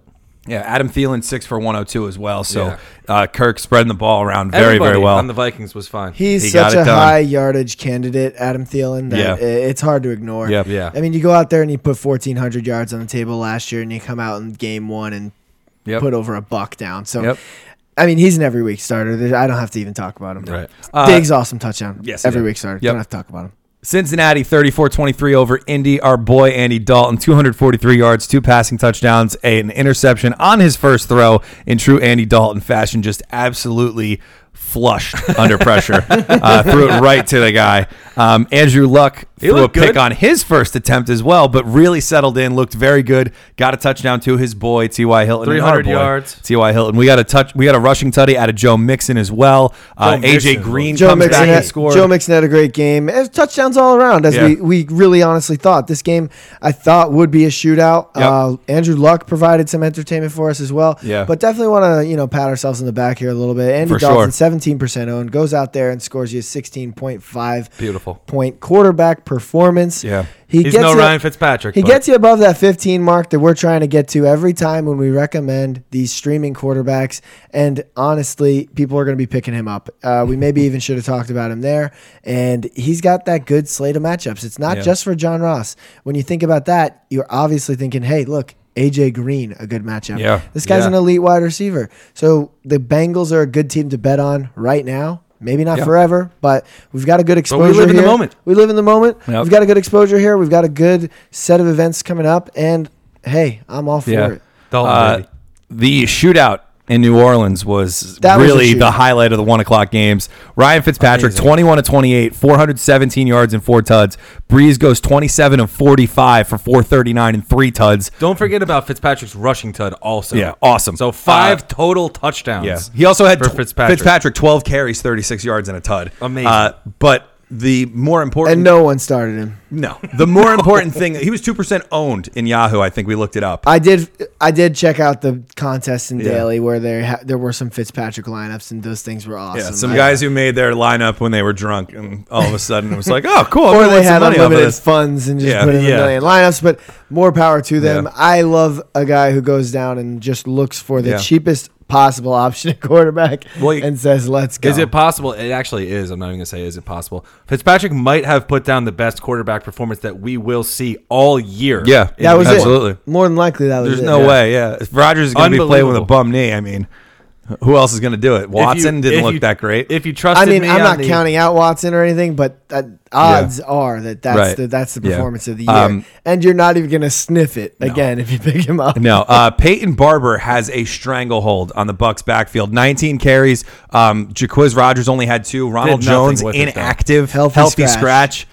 [SPEAKER 1] Yeah, Adam Thielen six for one hundred two as well. So
[SPEAKER 5] Yeah.
[SPEAKER 1] uh, Kirk spreading the ball around very very
[SPEAKER 5] everybody
[SPEAKER 1] well.
[SPEAKER 5] on the Vikings was fine.
[SPEAKER 3] He's
[SPEAKER 1] He got
[SPEAKER 3] such
[SPEAKER 1] it
[SPEAKER 3] a
[SPEAKER 1] done.
[SPEAKER 3] high yardage candidate, Adam Thielen, that
[SPEAKER 1] Yeah.
[SPEAKER 3] i- it's hard to ignore.
[SPEAKER 1] Yep.
[SPEAKER 5] Yeah.
[SPEAKER 3] I mean, you go out there and you put 1,400 yards on the table last year, and you come out in game one and
[SPEAKER 1] Yep.
[SPEAKER 3] put over a buck down. So,
[SPEAKER 1] Yep.
[SPEAKER 3] I mean, he's an every week starter. There- I don't have to even talk about him.
[SPEAKER 5] Right.
[SPEAKER 3] Diggs, awesome touchdown.
[SPEAKER 1] Uh, yes,
[SPEAKER 3] Every
[SPEAKER 1] yeah.
[SPEAKER 3] week starter.
[SPEAKER 1] Yep.
[SPEAKER 3] Don't have to talk about him.
[SPEAKER 1] Cincinnati 34-23 over Indy. Our boy Andy Dalton, 243 yards, two passing touchdowns, an interception on his first throw in true Andy Dalton fashion, just absolutely flushed under pressure. uh, threw it right to the guy. Um, Andrew Luck threw a
[SPEAKER 5] looked
[SPEAKER 1] pick
[SPEAKER 5] good.
[SPEAKER 1] on his first attempt as well, but really settled in, looked very good. Got a touchdown to his boy T.Y. Hilton. and our
[SPEAKER 5] 300
[SPEAKER 1] boy,
[SPEAKER 5] yards.
[SPEAKER 1] T.Y. Hilton. We got a touch. We got a rushing tutty out of Joe Mixon as well. Uh,
[SPEAKER 5] Joe
[SPEAKER 1] A.J.
[SPEAKER 5] Mixon.
[SPEAKER 1] Green
[SPEAKER 3] Joe
[SPEAKER 1] comes
[SPEAKER 3] Mixon,
[SPEAKER 1] back
[SPEAKER 3] had,
[SPEAKER 1] and scores.
[SPEAKER 3] Joe Mixon had a great game. It was touchdowns all around, as
[SPEAKER 1] Yeah.
[SPEAKER 3] we, we really honestly thought. This game, I thought, would be a shootout.
[SPEAKER 1] Yep.
[SPEAKER 3] Uh, Andrew Luck provided some entertainment for us as well.
[SPEAKER 1] Yeah.
[SPEAKER 3] But definitely want to you know pat ourselves in the back here a little bit. Andy
[SPEAKER 1] For sure.
[SPEAKER 3] Dalton, seventeen percent owned, goes out there and scores you sixteen point five
[SPEAKER 5] Beautiful.
[SPEAKER 3] point quarterback performance.
[SPEAKER 1] Yeah.
[SPEAKER 3] he
[SPEAKER 5] He's
[SPEAKER 3] gets
[SPEAKER 5] no
[SPEAKER 3] you-
[SPEAKER 5] Ryan Fitzpatrick.
[SPEAKER 3] He
[SPEAKER 5] but
[SPEAKER 3] gets you above that 15 mark that we're trying to get to every time when we recommend these streaming quarterbacks. And honestly, people are going to be picking him up. Uh, we maybe even should have talked about him there. And he's got that good slate of matchups. It's not
[SPEAKER 1] Yeah.
[SPEAKER 3] just for John Ross. When you think about that, you're obviously thinking, hey, look, AJ Green a good matchup.
[SPEAKER 1] Yeah.
[SPEAKER 3] This guy's
[SPEAKER 5] Yeah.
[SPEAKER 3] an elite wide receiver. So the Bengals are a good team to bet on right now. Maybe not
[SPEAKER 1] Yeah.
[SPEAKER 3] forever, but we've got a good exposure.
[SPEAKER 5] live in the
[SPEAKER 3] here.
[SPEAKER 5] moment.
[SPEAKER 3] We live in the moment.
[SPEAKER 1] Yep.
[SPEAKER 3] We've got a good exposure here. We've got a good set of events coming up. And hey, I'm all for
[SPEAKER 1] Yeah.
[SPEAKER 3] it.
[SPEAKER 5] Dalton,
[SPEAKER 1] Uh,
[SPEAKER 5] Oh, baby.
[SPEAKER 1] the shootout in New Orleans was
[SPEAKER 3] That was a
[SPEAKER 1] really the
[SPEAKER 3] shootout.
[SPEAKER 1] highlight of the one o'clock games. Ryan Fitzpatrick,
[SPEAKER 5] Amazing.
[SPEAKER 1] 21 to 28, 417 yards and four tuds. Breeze goes 27 and 45 for 439 and three tuds.
[SPEAKER 5] Don't forget about Fitzpatrick's rushing tud also.
[SPEAKER 1] Yeah, awesome.
[SPEAKER 5] So five
[SPEAKER 1] Uh,
[SPEAKER 5] total touchdowns.
[SPEAKER 1] Yeah. He also had
[SPEAKER 5] for
[SPEAKER 1] tw-
[SPEAKER 5] Fitzpatrick.
[SPEAKER 1] Fitzpatrick. 12 carries, 36 yards, and a tud. Uh,
[SPEAKER 5] Amazing.
[SPEAKER 1] but the more important.
[SPEAKER 3] And no one started him.
[SPEAKER 1] no. The more important thing, he was 2% owned in Yahoo. I think we looked it up.
[SPEAKER 3] I did. I did check out the contest in
[SPEAKER 1] Yeah.
[SPEAKER 3] daily where there ha- there were some Fitzpatrick lineups and those things were awesome.
[SPEAKER 1] yeah, some
[SPEAKER 3] I-
[SPEAKER 1] guys who made their lineup when they were drunk, and all of a sudden it was like, oh, cool. I'm
[SPEAKER 3] or
[SPEAKER 1] gonna
[SPEAKER 3] they
[SPEAKER 1] win some
[SPEAKER 3] had
[SPEAKER 1] money off of
[SPEAKER 3] unlimited
[SPEAKER 1] this.
[SPEAKER 3] funds and just
[SPEAKER 1] Yeah,
[SPEAKER 3] put in
[SPEAKER 1] yeah.
[SPEAKER 3] a million lineups. But more power to them.
[SPEAKER 1] Yeah.
[SPEAKER 3] I love a guy who goes down and just looks for the
[SPEAKER 1] Yeah.
[SPEAKER 3] cheapest possible option at quarterback
[SPEAKER 1] Well, you-
[SPEAKER 3] and says, "Let's go."
[SPEAKER 5] Is
[SPEAKER 1] Um,
[SPEAKER 5] it possible? It actually is. I'm not even gonna say is it possible. Fitzpatrick might have put down the best quarterback performance that we will see all year.
[SPEAKER 1] Yeah.
[SPEAKER 5] in
[SPEAKER 3] that was
[SPEAKER 5] New
[SPEAKER 3] it.
[SPEAKER 5] Orleans.
[SPEAKER 1] Absolutely.
[SPEAKER 3] More than likely, that was
[SPEAKER 1] There's
[SPEAKER 3] it.
[SPEAKER 1] no way. Yeah, if Rogers is going to be playing with a
[SPEAKER 5] Unbelievable.
[SPEAKER 1] bum knee, I mean, who else is going to do it?
[SPEAKER 5] If you-
[SPEAKER 1] Watson didn't
[SPEAKER 5] if
[SPEAKER 1] look
[SPEAKER 5] you-
[SPEAKER 1] that great.
[SPEAKER 5] If you trust,
[SPEAKER 3] I mean, I'm not counting out Watson or anything, but that odds are that that's
[SPEAKER 1] Right.
[SPEAKER 3] the that's the
[SPEAKER 1] Yeah.
[SPEAKER 3] performance of the year,
[SPEAKER 1] Um,
[SPEAKER 3] and you're not even gonna sniff it again if you pick him up.
[SPEAKER 1] no, uh, Peyton Barber has a stranglehold on the Bucks backfield. 19 carries. Um, Jaquiz Rogers only had two. Ronald
[SPEAKER 5] Did nothing
[SPEAKER 1] Jones
[SPEAKER 5] with it, though.
[SPEAKER 1] inactive,
[SPEAKER 3] Healthy
[SPEAKER 1] scratch.
[SPEAKER 3] scratch.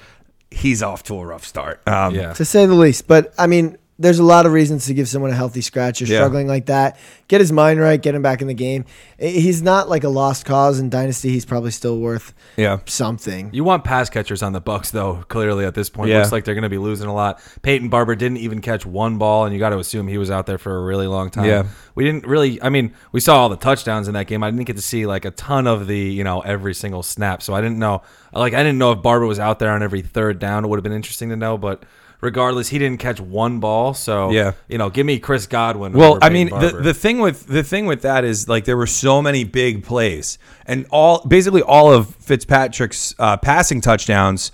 [SPEAKER 1] He's off to a rough start. Um,
[SPEAKER 5] Yeah.
[SPEAKER 3] to say the least. But I mean, there's a lot of reasons to give someone a healthy scratch. You're
[SPEAKER 1] Yeah.
[SPEAKER 3] struggling like that. Get his mind right. Get him back in the game. I- He's not like a lost cause in Dynasty. He's probably still worth
[SPEAKER 1] Yeah.
[SPEAKER 3] something.
[SPEAKER 5] You want pass catchers on the Bucks though. Clearly, at this point,
[SPEAKER 1] Yeah.
[SPEAKER 5] looks like they're going to be losing a lot. Peyton Barber didn't even catch one ball, and you got to assume he was out there for a really long time.
[SPEAKER 1] Yeah.
[SPEAKER 5] we didn't really. I mean, we saw all the touchdowns in that game. I didn't get to see like a ton of the you know every single snap, so I didn't know. Like I didn't know if Barber was out there on every third down. It would have been interesting to know, but regardless, he didn't catch one ball. So
[SPEAKER 1] Yeah.
[SPEAKER 5] you know, give me Chris Godwin.
[SPEAKER 1] Well,
[SPEAKER 5] over
[SPEAKER 1] I
[SPEAKER 5] Peyton
[SPEAKER 1] mean, the,
[SPEAKER 5] Barber.
[SPEAKER 1] the thing with the thing with that is like there were so many big plays, and all basically all of Fitzpatrick's uh, passing touchdowns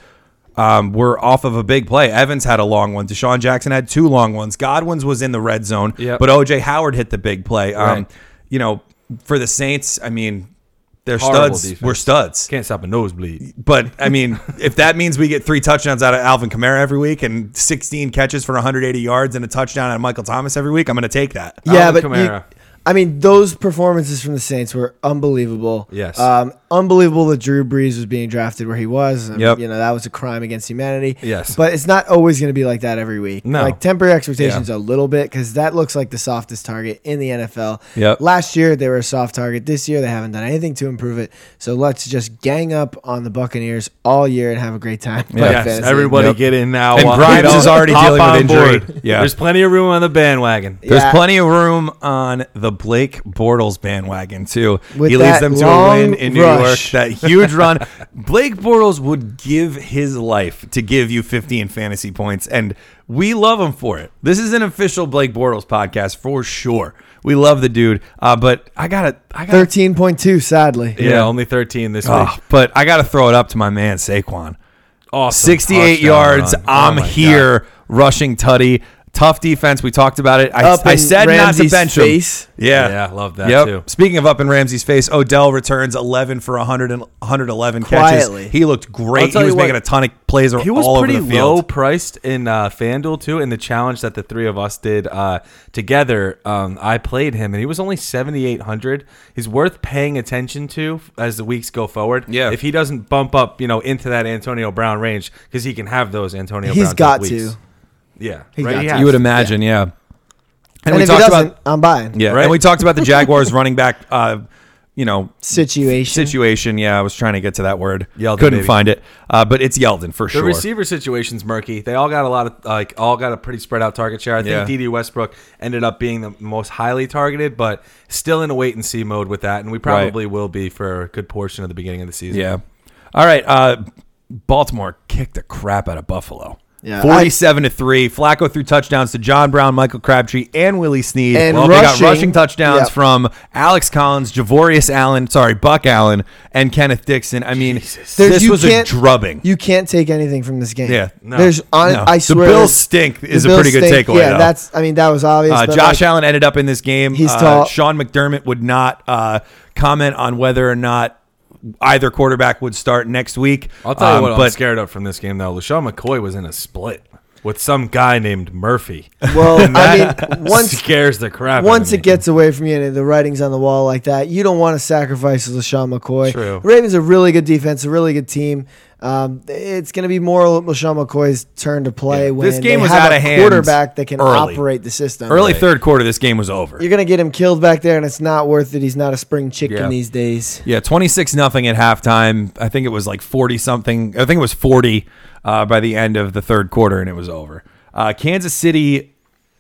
[SPEAKER 1] um, were off of a big play. Evans had a long one. Deshaun Jackson had two long ones. Godwin's was in the red zone,
[SPEAKER 5] Yep.
[SPEAKER 1] but OJ Howard hit the big play. Um,
[SPEAKER 5] Right.
[SPEAKER 1] You know, for the Saints, I mean, their
[SPEAKER 5] Horrible
[SPEAKER 1] studs
[SPEAKER 5] defense.
[SPEAKER 1] were studs.
[SPEAKER 5] can't stop a nosebleed.
[SPEAKER 1] But I mean, if that means we get three touchdowns out of Alvin Kamara every week and 16 catches for 180 yards and a touchdown out of Michael Thomas every week, I'm going to take that.
[SPEAKER 3] Yeah,
[SPEAKER 5] Alvin
[SPEAKER 3] but you-
[SPEAKER 5] Kamara.
[SPEAKER 3] I mean, those performances from the Saints were unbelievable.
[SPEAKER 5] Yes.
[SPEAKER 3] um, unbelievable that Drew Brees was being drafted where he was. Um,
[SPEAKER 1] Yep.
[SPEAKER 3] you know that was a crime against humanity.
[SPEAKER 5] Yes.
[SPEAKER 3] but it's not always going to be like that every week.
[SPEAKER 5] No.
[SPEAKER 3] like temper expectations a little bit because that looks like the softest target in the NFL.
[SPEAKER 1] Yep.
[SPEAKER 3] last year they were a soft target. This year they haven't done anything to improve it. So let's just gang up on the Buccaneers all year and have a great time. Play
[SPEAKER 5] Yes,
[SPEAKER 3] fantasy.
[SPEAKER 5] everybody
[SPEAKER 1] Yep.
[SPEAKER 5] get in now.
[SPEAKER 1] And
[SPEAKER 5] While-
[SPEAKER 1] Grimes
[SPEAKER 5] you know,
[SPEAKER 1] is already
[SPEAKER 5] hop
[SPEAKER 1] dealing with
[SPEAKER 5] on
[SPEAKER 1] injury.
[SPEAKER 5] board.
[SPEAKER 1] Yeah.
[SPEAKER 5] There's plenty of room on the bandwagon.
[SPEAKER 1] There's
[SPEAKER 3] Yeah.
[SPEAKER 1] plenty of room on the Blake Bortles bandwagon too.
[SPEAKER 3] With
[SPEAKER 1] he leads
[SPEAKER 3] that
[SPEAKER 1] them to a
[SPEAKER 3] long
[SPEAKER 1] win in New York.
[SPEAKER 3] rush.
[SPEAKER 1] That huge run. Blake Bortles would give his life to give you 15 fantasy points, and we love him for it. This is an official Blake Bortles podcast for sure. We love the dude, uh, but I gotta, I gotta,
[SPEAKER 3] Thirteen point two, sadly.
[SPEAKER 5] Yeah,
[SPEAKER 1] Yeah.
[SPEAKER 5] only 13 this
[SPEAKER 1] Ah,
[SPEAKER 5] week.
[SPEAKER 1] but I gotta throw it up to my man Saquon.
[SPEAKER 5] Awesome
[SPEAKER 1] 68
[SPEAKER 5] touchdown
[SPEAKER 1] yards.
[SPEAKER 5] run. Oh
[SPEAKER 1] I'm
[SPEAKER 5] my God.
[SPEAKER 1] here rushing Tutty. Tough defense. We talked about it. I,
[SPEAKER 3] Up
[SPEAKER 1] I
[SPEAKER 3] in
[SPEAKER 1] said
[SPEAKER 3] Ramsey's
[SPEAKER 1] not to bench
[SPEAKER 3] face.
[SPEAKER 1] him. Yeah.
[SPEAKER 5] Yeah, love that, too.
[SPEAKER 1] Speaking of up in Ramsey's face, Odell returns 11 for 100 and 111
[SPEAKER 3] Quietly.
[SPEAKER 1] catches. He looked great. He
[SPEAKER 5] tell
[SPEAKER 1] was
[SPEAKER 5] you what,
[SPEAKER 1] making a ton of plays
[SPEAKER 5] He was
[SPEAKER 1] all over
[SPEAKER 5] pretty
[SPEAKER 1] the field.
[SPEAKER 5] low priced in uh, FanDuel too, and the challenge that the three of us did uh, together. Um, I played him, and he was only seventy eight hundred. He's worth paying attention to as the weeks go forward.
[SPEAKER 1] Yeah.
[SPEAKER 5] if he doesn't bump up, you know, into that Antonio Brown range because he can have those Antonio.
[SPEAKER 3] He's
[SPEAKER 5] Brown type
[SPEAKER 3] got
[SPEAKER 5] weeks.
[SPEAKER 3] to.
[SPEAKER 5] Yeah,
[SPEAKER 3] He's got to.
[SPEAKER 5] has
[SPEAKER 1] You would imagine, yeah. And,
[SPEAKER 3] And,
[SPEAKER 1] we
[SPEAKER 3] if he
[SPEAKER 1] talked
[SPEAKER 3] doesn't,
[SPEAKER 1] about
[SPEAKER 3] I'm buying.
[SPEAKER 1] yeah,
[SPEAKER 5] Right.
[SPEAKER 1] and we talked about the Jaguars running back uh, you know,
[SPEAKER 3] Situation.
[SPEAKER 1] situation. Yeah, I was trying to get to that word.
[SPEAKER 5] Yeldon,
[SPEAKER 1] Couldn't
[SPEAKER 5] baby.
[SPEAKER 1] find it. Uh, but it's Yeldon for
[SPEAKER 5] The
[SPEAKER 1] sure.
[SPEAKER 5] receiver situation's murky. They all got a lot of like all got a pretty spread out target share. I
[SPEAKER 1] Yeah.
[SPEAKER 5] think DD Westbrook ended up being the most highly targeted, but still in a wait and see mode with that, and we probably will be for a good portion of the beginning of the season.
[SPEAKER 1] Yeah. All right. Uh, Baltimore kicked the crap out of Buffalo.
[SPEAKER 3] Yeah, I-
[SPEAKER 1] 47 to 3. Flacco threw touchdowns to John Brown, Michael Crabtree, and Willie Snead.
[SPEAKER 3] And
[SPEAKER 1] well, they got
[SPEAKER 3] rushing-
[SPEAKER 1] rushing touchdowns
[SPEAKER 3] Yep.
[SPEAKER 1] from Alex Collins, Javorius Allen, sorry, Buck Allen, and Kenneth Dixon. I mean,
[SPEAKER 3] There's-
[SPEAKER 1] this
[SPEAKER 3] you
[SPEAKER 1] was a
[SPEAKER 3] can't-
[SPEAKER 1] drubbing.
[SPEAKER 3] You can't take anything from this game.
[SPEAKER 1] Yeah, no,
[SPEAKER 3] There's on,
[SPEAKER 1] no.
[SPEAKER 3] I
[SPEAKER 1] The
[SPEAKER 3] swear
[SPEAKER 1] Bills stink
[SPEAKER 3] the
[SPEAKER 1] is a
[SPEAKER 3] Bills
[SPEAKER 1] pretty good
[SPEAKER 3] stink.
[SPEAKER 1] takeaway,
[SPEAKER 3] Yeah,
[SPEAKER 1] though.
[SPEAKER 3] that's. I mean, that was obvious.
[SPEAKER 1] Uh,
[SPEAKER 3] but,
[SPEAKER 1] Josh
[SPEAKER 3] like,
[SPEAKER 1] Allen ended up in this game.
[SPEAKER 3] He's
[SPEAKER 1] uh,
[SPEAKER 3] tall.
[SPEAKER 1] Sean McDermott would not uh, comment on whether or not either quarterback would start next week.
[SPEAKER 5] I'll tell you
[SPEAKER 1] Um,
[SPEAKER 5] what I'm
[SPEAKER 1] but
[SPEAKER 5] scared of from this game though. LaShawn McCoy was in a split with some guy named Murphy.
[SPEAKER 3] Well, I
[SPEAKER 5] That
[SPEAKER 3] mean, once
[SPEAKER 5] scares the crap.
[SPEAKER 3] once
[SPEAKER 5] out of
[SPEAKER 3] it
[SPEAKER 5] me.
[SPEAKER 3] gets away from you and the writing's on the wall like that, you don't want to sacrifice LaShawn McCoy.
[SPEAKER 5] True.
[SPEAKER 3] The Ravens are really good defense, a really good team. Um, it's going to be more LaShawn McCoy's turn to play
[SPEAKER 1] Yeah.
[SPEAKER 3] when
[SPEAKER 1] This game
[SPEAKER 3] they
[SPEAKER 1] was
[SPEAKER 3] have
[SPEAKER 1] outta
[SPEAKER 3] a
[SPEAKER 1] hand
[SPEAKER 3] quarterback that can
[SPEAKER 1] early.
[SPEAKER 3] operate the system.
[SPEAKER 1] early third quarter, this game was over.
[SPEAKER 3] You're going to get him killed back there, and it's not worth it. He's not a spring chicken
[SPEAKER 5] Yeah.
[SPEAKER 3] these days.
[SPEAKER 1] Yeah, 26 nothing at halftime. I think it was like 40 something. I think it was 40 uh, by the end of the third quarter, and it was over. Uh, Kansas City,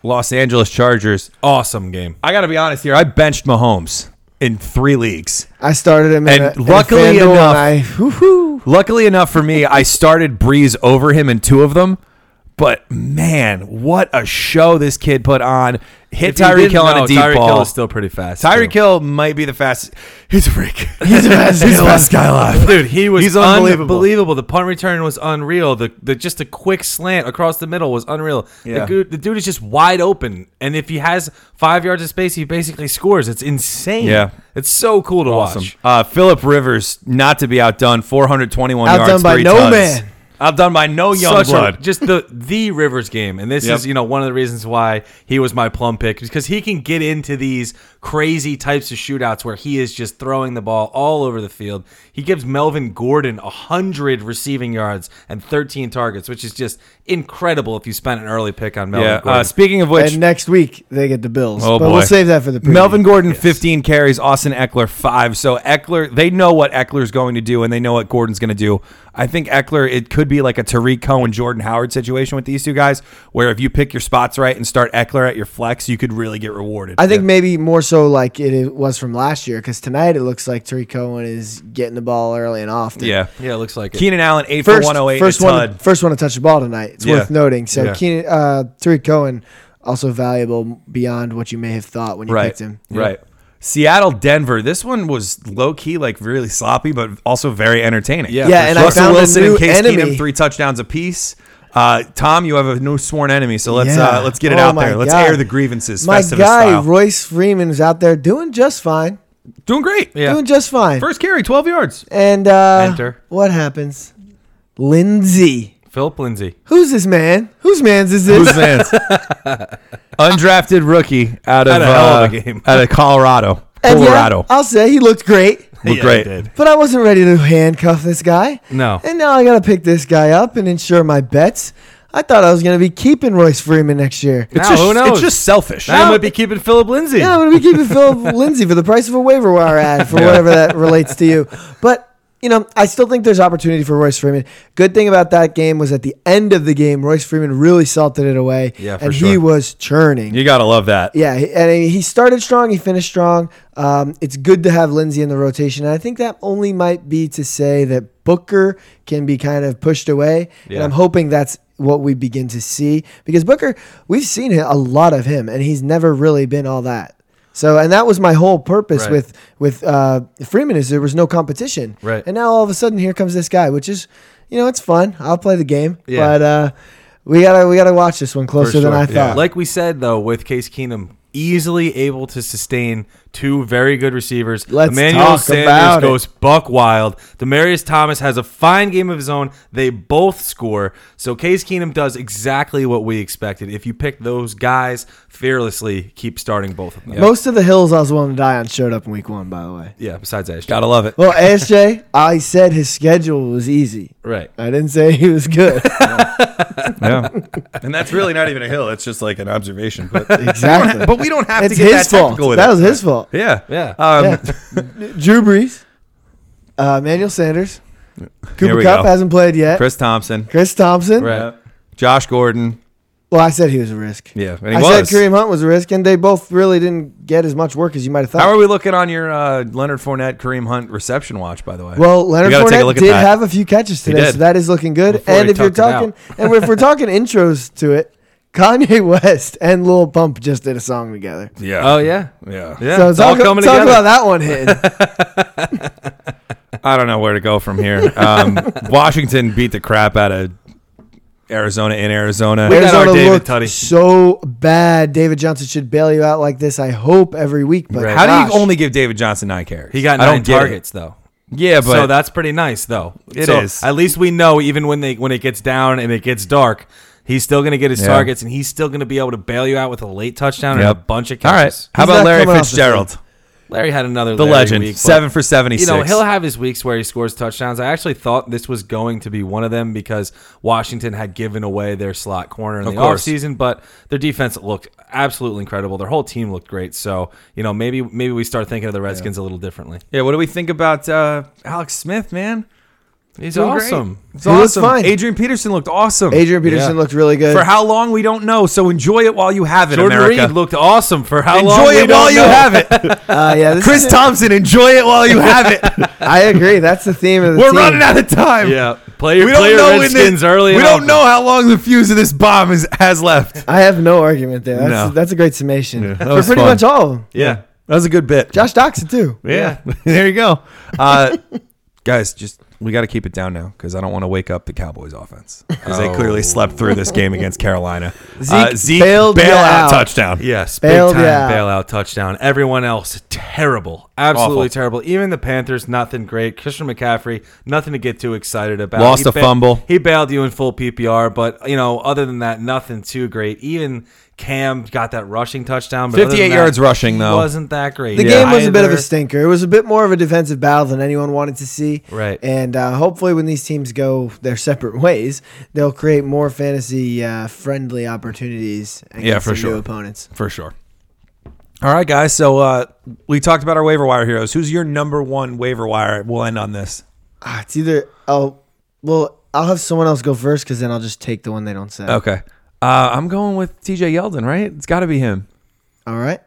[SPEAKER 1] Los Angeles Chargers.
[SPEAKER 5] awesome game.
[SPEAKER 1] I got to be honest here. I benched Mahomes in three leagues.
[SPEAKER 3] I started him, in
[SPEAKER 1] And
[SPEAKER 3] a, in a
[SPEAKER 1] luckily
[SPEAKER 3] FanDuel, and
[SPEAKER 1] enough-
[SPEAKER 3] I, woo-hoo.
[SPEAKER 1] Luckily enough for me, I started Breeze over him in two of them. But man, what a show this kid put on! Hit
[SPEAKER 5] If you
[SPEAKER 1] Tyreek
[SPEAKER 5] didn't
[SPEAKER 1] Hill on
[SPEAKER 5] know,
[SPEAKER 1] a deep
[SPEAKER 5] Tyreek
[SPEAKER 1] ball.
[SPEAKER 5] Hill is still pretty fast.
[SPEAKER 1] Tyreek
[SPEAKER 5] too.
[SPEAKER 1] Hill might be the fastest. He's a freak. He's the fastest, He's the fastest guy alive.
[SPEAKER 5] Dude, he was
[SPEAKER 1] He's
[SPEAKER 5] unbelievable.
[SPEAKER 1] unbelievable.
[SPEAKER 5] The punt return was unreal. The, the just a quick slant across the middle was unreal. The,
[SPEAKER 1] Yeah.
[SPEAKER 5] dude, the dude is just wide open, and if he has five yards of space, he basically scores. It's insane.
[SPEAKER 1] Yeah.
[SPEAKER 5] it's so cool to watch.
[SPEAKER 1] Uh, Philip Rivers, not to be outdone, 421
[SPEAKER 3] Outdone
[SPEAKER 1] yards,
[SPEAKER 3] by
[SPEAKER 1] three
[SPEAKER 3] no
[SPEAKER 1] tugs.
[SPEAKER 3] man.
[SPEAKER 1] Outdone by no young
[SPEAKER 5] Such a-
[SPEAKER 1] blood.
[SPEAKER 5] just the the Rivers game, and this
[SPEAKER 1] Yep.
[SPEAKER 5] is you know one of the reasons why he was my plum pick because he can get into these crazy types of shootouts where he is just throwing the ball all over the field. He gives Melvin Gordon hundred receiving yards and thirteen targets, which is just incredible. If you spent an early pick on Melvin
[SPEAKER 1] yeah.
[SPEAKER 5] Gordon,
[SPEAKER 1] Uh, speaking of which,
[SPEAKER 3] Oh, and next week they get the Bills.
[SPEAKER 1] Oh,
[SPEAKER 3] but
[SPEAKER 1] boy.
[SPEAKER 3] we'll save that for the preview.
[SPEAKER 1] Melvin Gordon 15 carries, Austin Eckler 5. So Eckler, they know what Eckler's going to do and they know what Gordon's going to do. I think Eckler, it could be like a Tariq Cohen, Jordan Howard situation with these two guys, where if you pick your spots right and start Eckler at your flex, you could really get rewarded.
[SPEAKER 3] I think maybe more so like it i- was from last year because tonight it looks like Tariq Cohen is getting the ball early and often.
[SPEAKER 1] Yeah.
[SPEAKER 5] yeah, it looks like it.
[SPEAKER 1] Keenan Allen, 8 for
[SPEAKER 3] First,
[SPEAKER 1] 108.
[SPEAKER 3] first
[SPEAKER 1] a
[SPEAKER 3] one,
[SPEAKER 1] tud.
[SPEAKER 3] first one to touch the ball tonight. It's
[SPEAKER 1] Yeah.
[SPEAKER 3] worth noting. So
[SPEAKER 5] Yeah.
[SPEAKER 3] Keenan, uh, Tariq Cohen also valuable beyond what you may have thought when you picked him.
[SPEAKER 1] Right. Seattle, Denver. This one was low key, like really sloppy, but also very entertaining.
[SPEAKER 5] Yeah,
[SPEAKER 3] Yeah, for and I sure.
[SPEAKER 1] Russell
[SPEAKER 3] found a
[SPEAKER 1] Wilson
[SPEAKER 3] new
[SPEAKER 1] and Case
[SPEAKER 3] enemy.
[SPEAKER 1] Keenum, three touchdowns apiece. Uh, Tom, you have a new sworn enemy, so let's
[SPEAKER 3] Yeah.
[SPEAKER 1] uh, let's get it
[SPEAKER 3] Oh
[SPEAKER 1] out
[SPEAKER 3] my
[SPEAKER 1] there. Let's
[SPEAKER 3] God.
[SPEAKER 1] air the grievances.
[SPEAKER 3] My
[SPEAKER 1] Festivus
[SPEAKER 3] guy
[SPEAKER 1] style.
[SPEAKER 3] Royce Freeman is out there doing just fine.
[SPEAKER 1] doing great.
[SPEAKER 5] Yeah.
[SPEAKER 3] Doing just fine.
[SPEAKER 1] First carry, twelve yards.
[SPEAKER 3] and uh,
[SPEAKER 5] Enter.
[SPEAKER 3] what happens? Lindsay,
[SPEAKER 5] Philip Lindsay.
[SPEAKER 3] who's this man? Whose man's is this?
[SPEAKER 1] Undrafted rookie out of,
[SPEAKER 5] Had a hell of a
[SPEAKER 1] uh,
[SPEAKER 5] game.
[SPEAKER 1] out of Colorado.
[SPEAKER 3] And yeah,
[SPEAKER 1] Colorado.
[SPEAKER 3] I'll say he looked great.
[SPEAKER 1] Looked
[SPEAKER 5] Yeah,
[SPEAKER 1] great.
[SPEAKER 5] he did.
[SPEAKER 3] But I wasn't ready to handcuff this guy.
[SPEAKER 5] No.
[SPEAKER 3] And now I got to pick this guy up and ensure my bets. I thought I was going to be keeping Royce Freeman next year.
[SPEAKER 1] It's
[SPEAKER 5] Now,
[SPEAKER 1] just,
[SPEAKER 5] who knows?
[SPEAKER 1] It's just selfish.
[SPEAKER 5] Now I might be keeping Philip Lindsay.
[SPEAKER 3] Yeah, I'm going to be keeping Philip Lindsay for the price of a waiver wire ad for whatever that relates to you. But, you know, I still think there's opportunity for Royce Freeman. Good thing about that game was at the end of the game, Royce Freeman really salted it away.
[SPEAKER 5] Yeah, for
[SPEAKER 3] and he
[SPEAKER 5] sure.
[SPEAKER 3] was churning.
[SPEAKER 1] you gotta love that.
[SPEAKER 3] Yeah, he- and he started strong. He finished strong. Um, it's good to have Lindsey in the rotation. And I think that only might be to say that Booker can be kind of pushed away. And I'm hoping that's what we begin to see because Booker, we've seen hi- a lot of him, and he's never really been all that. So, and that was my whole purpose
[SPEAKER 5] Right.
[SPEAKER 3] with with uh, Freeman is there was no competition.
[SPEAKER 5] Right.
[SPEAKER 3] And now all of a sudden here comes this guy, which is, you know, it's fun. I'll play the game,
[SPEAKER 5] Yeah.
[SPEAKER 3] but uh, we gotta we gotta watch this one
[SPEAKER 5] For
[SPEAKER 3] closer than
[SPEAKER 5] sure.
[SPEAKER 3] I thought.
[SPEAKER 5] Like we said though, with Case Keenum easily able to sustain two very good receivers.
[SPEAKER 3] Let's
[SPEAKER 5] Emmanuel
[SPEAKER 3] talk
[SPEAKER 5] Sanders
[SPEAKER 3] about it.
[SPEAKER 5] goes buck wild. Demarius Thomas has a fine game of his own. They both score. So Case Keenum does exactly what we expected. If you pick those guys fearlessly, keep starting both of them.
[SPEAKER 3] Most of the hills I was willing to die on showed up in week one, by the way.
[SPEAKER 5] yeah, besides Ashton.
[SPEAKER 1] Gotta love it.
[SPEAKER 3] Well, ASJ, I said his schedule was easy.
[SPEAKER 5] Right.
[SPEAKER 3] I didn't say he was good.
[SPEAKER 1] Yeah. and that's really not even a hill. It's just like an observation. But,
[SPEAKER 3] Exactly.
[SPEAKER 1] but we don't have
[SPEAKER 3] it's
[SPEAKER 1] to get
[SPEAKER 3] his
[SPEAKER 1] that
[SPEAKER 3] fault.
[SPEAKER 1] technical with
[SPEAKER 3] That
[SPEAKER 1] it.
[SPEAKER 3] was his fault.
[SPEAKER 1] Yeah.
[SPEAKER 5] Yeah. Uh,
[SPEAKER 1] Um,
[SPEAKER 3] Yeah. Drew Brees, uh, Emmanuel Sanders,
[SPEAKER 1] Here
[SPEAKER 3] Cooper
[SPEAKER 1] we
[SPEAKER 3] Cup
[SPEAKER 1] go.
[SPEAKER 3] hasn't played yet. Chris,
[SPEAKER 1] Chris Thompson.
[SPEAKER 3] Thompson,
[SPEAKER 5] Right.
[SPEAKER 1] Josh Gordon.
[SPEAKER 3] Well, I said he was a risk.
[SPEAKER 1] Yeah, and he
[SPEAKER 3] I
[SPEAKER 1] was.
[SPEAKER 3] said Kareem Hunt was a risk, and they both really didn't get as much work as you might have thought.
[SPEAKER 1] How are we looking on your uh, Leonard Fournette, Kareem Hunt reception watch? By the way,
[SPEAKER 3] Well, Leonard
[SPEAKER 1] We gotta take a
[SPEAKER 3] Fournette
[SPEAKER 1] look at
[SPEAKER 3] did
[SPEAKER 1] that.
[SPEAKER 3] have a few catches
[SPEAKER 1] He
[SPEAKER 3] today,
[SPEAKER 1] did.
[SPEAKER 3] so that is looking good.
[SPEAKER 5] Before
[SPEAKER 3] and
[SPEAKER 5] he
[SPEAKER 3] if you're
[SPEAKER 5] tucked it out.
[SPEAKER 3] talking, and if we're talking intros to it, Kanye West and Lil Pump just did a song together.
[SPEAKER 1] yeah,
[SPEAKER 5] Oh yeah,
[SPEAKER 1] yeah,
[SPEAKER 5] yeah.
[SPEAKER 3] so
[SPEAKER 5] it's
[SPEAKER 3] talk,
[SPEAKER 5] all coming
[SPEAKER 3] talk
[SPEAKER 5] together.
[SPEAKER 3] about that one hitting.
[SPEAKER 1] I don't know where to go from here. Um, Washington beat the crap out of Arizona in Arizona.
[SPEAKER 5] got our
[SPEAKER 3] Arizona
[SPEAKER 5] David
[SPEAKER 3] looked
[SPEAKER 5] Tuddy.
[SPEAKER 3] so bad. David Johnson should bail you out like this. I hope every week, but
[SPEAKER 5] Right.
[SPEAKER 1] How do
[SPEAKER 3] gosh.
[SPEAKER 1] you only give David Johnson nine carries?
[SPEAKER 5] he got
[SPEAKER 1] I don't
[SPEAKER 5] nine
[SPEAKER 1] get it.
[SPEAKER 5] targets though.
[SPEAKER 1] Yeah, but
[SPEAKER 5] so that's pretty nice though. It
[SPEAKER 1] It
[SPEAKER 5] is.
[SPEAKER 1] is.
[SPEAKER 5] At least we know even when they when it gets down and it gets dark, he's still going to get his
[SPEAKER 1] Yeah.
[SPEAKER 5] targets and he's still going to be able to bail you out with a late touchdown and a
[SPEAKER 1] Yep.
[SPEAKER 5] bunch of
[SPEAKER 1] all right.
[SPEAKER 5] catches.
[SPEAKER 1] How
[SPEAKER 3] He's
[SPEAKER 1] about
[SPEAKER 3] not
[SPEAKER 1] Larry
[SPEAKER 3] coming off the
[SPEAKER 1] Fitzgerald,
[SPEAKER 5] Larry had another
[SPEAKER 1] the
[SPEAKER 5] Larry
[SPEAKER 1] legend,
[SPEAKER 5] week, but,
[SPEAKER 1] seven for seventy
[SPEAKER 5] You
[SPEAKER 1] six?
[SPEAKER 5] know he'll have his weeks where he scores touchdowns. I actually thought this was going to be one of them because Washington had given away their slot corner in
[SPEAKER 1] Of
[SPEAKER 5] the
[SPEAKER 1] course.
[SPEAKER 5] offseason, but their defense looked absolutely incredible. Their whole team looked great. So you know maybe maybe we start thinking of the Redskins a little differently.
[SPEAKER 1] yeah. What do we think about uh, Alex Smith, man?
[SPEAKER 5] He's
[SPEAKER 1] Doing great.
[SPEAKER 5] awesome.
[SPEAKER 1] It's
[SPEAKER 3] He looks
[SPEAKER 1] awesome.
[SPEAKER 3] fine.
[SPEAKER 1] Adrian Peterson looked awesome.
[SPEAKER 3] Adrian Peterson looked really good.
[SPEAKER 1] For how long we don't know, so enjoy it while you have it,
[SPEAKER 5] Jordan
[SPEAKER 1] America.
[SPEAKER 5] Reed looked awesome for how long?
[SPEAKER 1] enjoy
[SPEAKER 5] we
[SPEAKER 1] it
[SPEAKER 5] don't
[SPEAKER 1] while you
[SPEAKER 5] know.
[SPEAKER 1] have it.
[SPEAKER 3] uh, yeah, this
[SPEAKER 1] Chris
[SPEAKER 3] is-
[SPEAKER 1] Thompson, enjoy it while you have it.
[SPEAKER 3] I agree. That's the theme of the
[SPEAKER 1] We're
[SPEAKER 3] team.
[SPEAKER 1] running out of time.
[SPEAKER 5] Yeah, play your,
[SPEAKER 1] We don't
[SPEAKER 5] play your
[SPEAKER 1] know when
[SPEAKER 5] Redskins
[SPEAKER 1] this,
[SPEAKER 5] early.
[SPEAKER 1] We
[SPEAKER 5] and
[SPEAKER 1] don't
[SPEAKER 5] often.
[SPEAKER 1] know how long the fuse of this bomb is, has left.
[SPEAKER 3] I have no argument there. That's,
[SPEAKER 1] No.
[SPEAKER 3] that's a great summation for
[SPEAKER 1] was
[SPEAKER 3] pretty
[SPEAKER 1] fun.
[SPEAKER 3] much all of them.
[SPEAKER 1] Yeah, that was a good bit.
[SPEAKER 3] Josh Doxson too.
[SPEAKER 1] Yeah, there you go. Uh, guys, just we got to keep it down now because I don't want to wake up the Cowboys offense because they clearly slept through this game against Carolina.
[SPEAKER 3] Oh.
[SPEAKER 1] Uh,
[SPEAKER 3] Zeke bailed you
[SPEAKER 1] bailout
[SPEAKER 3] out.
[SPEAKER 1] touchdown.
[SPEAKER 5] Yes,
[SPEAKER 3] Bailed
[SPEAKER 5] big
[SPEAKER 3] out.
[SPEAKER 5] time bailout touchdown. Everyone else terrible, absolutely terrible. Even the Panthers, nothing great. Christian McCaffrey, nothing to get too excited about.
[SPEAKER 1] Lost a
[SPEAKER 5] ba-
[SPEAKER 1] fumble.
[SPEAKER 5] He bailed you in full PPR, but you know, other than that, nothing too great. Even Cam got that rushing touchdown. But other than
[SPEAKER 1] 58
[SPEAKER 5] that,
[SPEAKER 1] yards rushing,
[SPEAKER 5] he
[SPEAKER 1] though.
[SPEAKER 5] wasn't that great.
[SPEAKER 3] The game was a bit of a
[SPEAKER 5] either.
[SPEAKER 3] stinker. It was a bit more of a defensive battle than anyone wanted to see.
[SPEAKER 5] Right.
[SPEAKER 3] And uh, hopefully, when these teams go their separate ways, they'll create more fantasy uh, friendly opportunities against
[SPEAKER 1] Yeah, for
[SPEAKER 3] their
[SPEAKER 1] sure.
[SPEAKER 3] new opponents.
[SPEAKER 1] for sure. All right, guys. So uh, we talked about our waiver wire heroes. Who's your number one waiver wire? We'll end on this.
[SPEAKER 3] Ah, it's either oh, well, I'll have someone else go first because then I'll just take the one they don't say.
[SPEAKER 1] Okay. Uh, I'm going with TJ Yeldon, right? It's got to be him.
[SPEAKER 3] All right.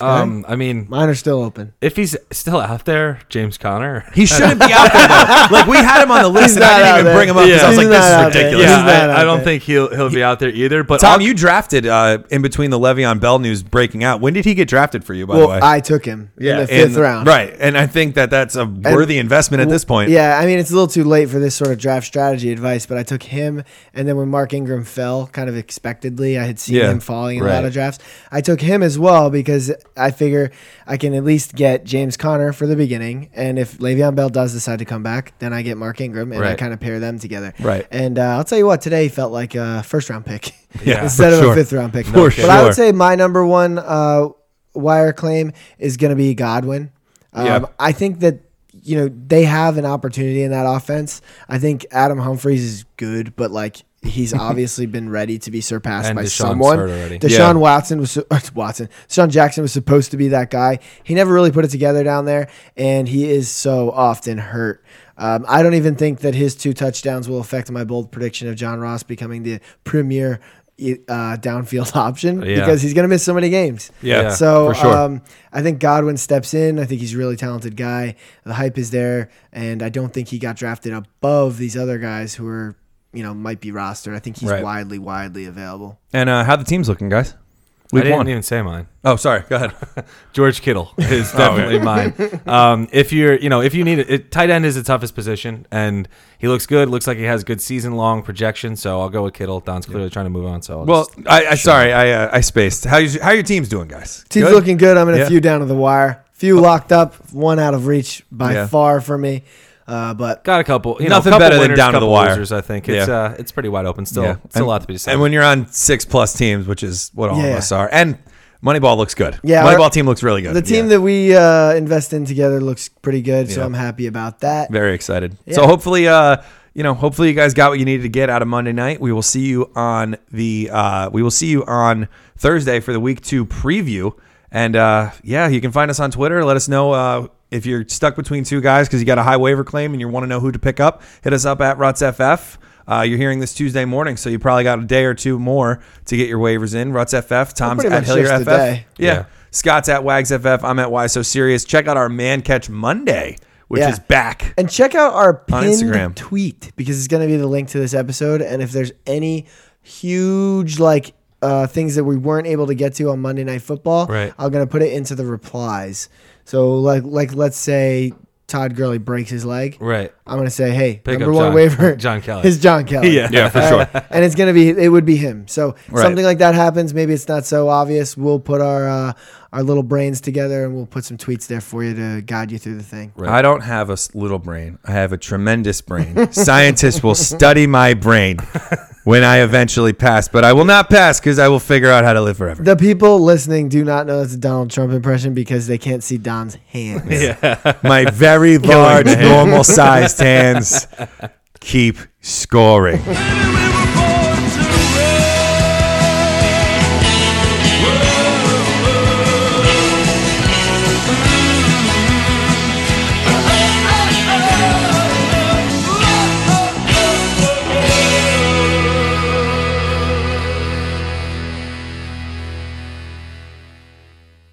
[SPEAKER 5] Um, I mean,
[SPEAKER 3] Mine are still open.
[SPEAKER 5] if he's still out there, James Conner.
[SPEAKER 1] He shouldn't be out there, though. Like, we had him on the list, and I
[SPEAKER 3] not
[SPEAKER 1] didn't
[SPEAKER 3] out
[SPEAKER 1] even
[SPEAKER 3] there.
[SPEAKER 1] bring him up because I was
[SPEAKER 3] He's
[SPEAKER 1] like, this
[SPEAKER 3] not
[SPEAKER 1] is
[SPEAKER 3] out there.
[SPEAKER 1] ridiculous.
[SPEAKER 3] He's
[SPEAKER 5] Yeah,
[SPEAKER 3] not
[SPEAKER 5] I,
[SPEAKER 3] out
[SPEAKER 5] I don't
[SPEAKER 3] there.
[SPEAKER 5] think he'll he'll be out there either. But
[SPEAKER 1] Tom,
[SPEAKER 5] I'll-
[SPEAKER 1] you drafted uh, in between the Levy on Bell news breaking out. When did he get drafted for you, by the
[SPEAKER 3] Well,
[SPEAKER 1] way?
[SPEAKER 3] I took him in the fifth
[SPEAKER 1] And-
[SPEAKER 3] round.
[SPEAKER 1] Right. And I think that that's a worthy investment at this point.
[SPEAKER 3] Yeah, I mean it's a little too late for this sort of draft strategy advice, but I took him, and then when Mark Ingram fell, kind of expectedly, I had seen
[SPEAKER 1] Yeah,
[SPEAKER 3] him falling in a
[SPEAKER 1] right.
[SPEAKER 3] lot of drafts. I took him as well because I figure I can at least get James Conner for the beginning, and if Le'Veon Bell does decide to come back, then I get Mark Ingram, and I
[SPEAKER 5] Right.
[SPEAKER 3] kind of pair them together.
[SPEAKER 1] Right.
[SPEAKER 3] And uh, I'll tell you what, today felt like a first round pick
[SPEAKER 1] Yeah,
[SPEAKER 3] instead
[SPEAKER 1] for
[SPEAKER 3] of
[SPEAKER 1] sure.
[SPEAKER 3] a fifth round pick.
[SPEAKER 1] For
[SPEAKER 3] but I
[SPEAKER 1] sure.
[SPEAKER 3] would say my number one uh, wire claim is going to be Godwin. Um,
[SPEAKER 1] Yeah.
[SPEAKER 3] I think that you know they have an opportunity in that offense. I think Adam Humphries is good, but like he's obviously been ready to be surpassed
[SPEAKER 5] And
[SPEAKER 3] by
[SPEAKER 5] Deshaun's
[SPEAKER 3] someone.
[SPEAKER 5] hurt already.
[SPEAKER 3] Deshaun
[SPEAKER 1] Yeah.
[SPEAKER 3] Watson was su- Watson. Deshaun Jackson was supposed to be that guy. He never really put it together down there, and he is so often hurt. Um, I don't even think that his two touchdowns will affect my bold prediction of John Ross becoming the premier uh, downfield option
[SPEAKER 5] Yeah.
[SPEAKER 3] because he's going to miss so many games.
[SPEAKER 1] Yeah,
[SPEAKER 3] So
[SPEAKER 1] for sure.
[SPEAKER 3] um, I think Godwin steps in. I think he's a really talented guy. The hype is there, and I don't think he got drafted above these other guys who are, you know, might be rostered. I think he's
[SPEAKER 1] Right.
[SPEAKER 3] widely, widely available.
[SPEAKER 1] And uh, how the team's looking, guys?
[SPEAKER 5] I
[SPEAKER 1] We've
[SPEAKER 5] didn't
[SPEAKER 1] won.
[SPEAKER 5] even say mine.
[SPEAKER 1] oh, sorry. Go ahead.
[SPEAKER 5] George Kittle is
[SPEAKER 1] Oh,
[SPEAKER 5] definitely mine. Um, if you're, you know, if you need it, it, tight end is the toughest position, and he looks good. Looks like he has good season long projection. So I'll go with Kittle. Don's clearly trying to move on. So I'll
[SPEAKER 1] Well,
[SPEAKER 5] just-
[SPEAKER 1] I, I sorry. I uh, I spaced. How you, how your team's doing, guys?
[SPEAKER 3] Team's
[SPEAKER 1] Good?
[SPEAKER 3] looking good. I'm in a
[SPEAKER 1] Yeah. Oh.
[SPEAKER 3] few down to the wire. Few locked up, one out of reach by
[SPEAKER 1] Yeah.
[SPEAKER 3] far for me. Uh, but
[SPEAKER 5] got a couple. You
[SPEAKER 1] Nothing
[SPEAKER 5] know, couple
[SPEAKER 1] better than
[SPEAKER 5] winners,
[SPEAKER 1] down to
[SPEAKER 5] couple
[SPEAKER 1] the wire.
[SPEAKER 5] Losers, I think it's
[SPEAKER 1] Yeah.
[SPEAKER 5] uh, it's pretty wide open still.
[SPEAKER 1] Yeah.
[SPEAKER 5] It's a lot to be decided.
[SPEAKER 1] And when you're on six plus teams, which is what all of
[SPEAKER 3] Yeah.
[SPEAKER 1] us are, and Moneyball looks good.
[SPEAKER 3] Yeah, our-
[SPEAKER 1] Moneyball team looks really good.
[SPEAKER 3] the team
[SPEAKER 1] Yeah.
[SPEAKER 3] that we uh, invest in together looks pretty good, so
[SPEAKER 1] Yeah.
[SPEAKER 3] I'm happy about that.
[SPEAKER 1] Very excited. So
[SPEAKER 3] Yeah.
[SPEAKER 1] hopefully, uh, you know, hopefully you guys got what you needed to get out of Monday night. We will see you on the uh, we will see you on Thursday for the week two preview. And uh, yeah, you can find us on Twitter. Let us know uh, If you're stuck between two guys because you got a high waiver claim and you want to know who to pick up, hit us up at RutsFF. Uh, you're hearing this Tuesday morning, so you probably got a day or two more to get your waivers in. RutsFF, Tom's
[SPEAKER 3] pretty
[SPEAKER 1] at
[SPEAKER 3] much just
[SPEAKER 1] HillierFF.
[SPEAKER 3] a day.
[SPEAKER 1] Yeah.
[SPEAKER 5] Yeah.
[SPEAKER 1] Scott's at WagsFF. I'm at Why So Serious. Check out our Man Catch Monday, which
[SPEAKER 3] Yeah.
[SPEAKER 1] is back.
[SPEAKER 3] And check out our
[SPEAKER 1] On
[SPEAKER 3] pinned
[SPEAKER 1] Instagram.
[SPEAKER 3] tweet because it's going to be the link to this episode. And if there's any huge like uh, things that we weren't able to get to on Monday Night Football,
[SPEAKER 5] Right.
[SPEAKER 3] I'm going to put it into the replies. So like like let's say Todd Gurley breaks his leg,
[SPEAKER 5] Right.
[SPEAKER 3] I'm going to say, hey,
[SPEAKER 5] Pick
[SPEAKER 3] number
[SPEAKER 5] up
[SPEAKER 3] one
[SPEAKER 5] John-
[SPEAKER 3] waiver,
[SPEAKER 5] John Kelly.
[SPEAKER 3] is John Kelly.
[SPEAKER 5] Yeah.
[SPEAKER 1] Yeah, for
[SPEAKER 3] All right? and it's gonna be it would be him. So
[SPEAKER 1] Right.
[SPEAKER 3] something like that happens. Maybe it's not so obvious. We'll put our uh, our little brains together and we'll put some tweets there for you to guide you through the thing.
[SPEAKER 5] Right.
[SPEAKER 1] I don't have a s- little brain. I have a tremendous brain. Scientists will study my brain when I eventually pass, but I will not pass because I will figure out how to live forever.
[SPEAKER 3] The people listening do not know that's a Donald Trump impression because they can't see Don's hands.
[SPEAKER 1] My very large, normal sized hands keep scoring.
[SPEAKER 6] Anyway,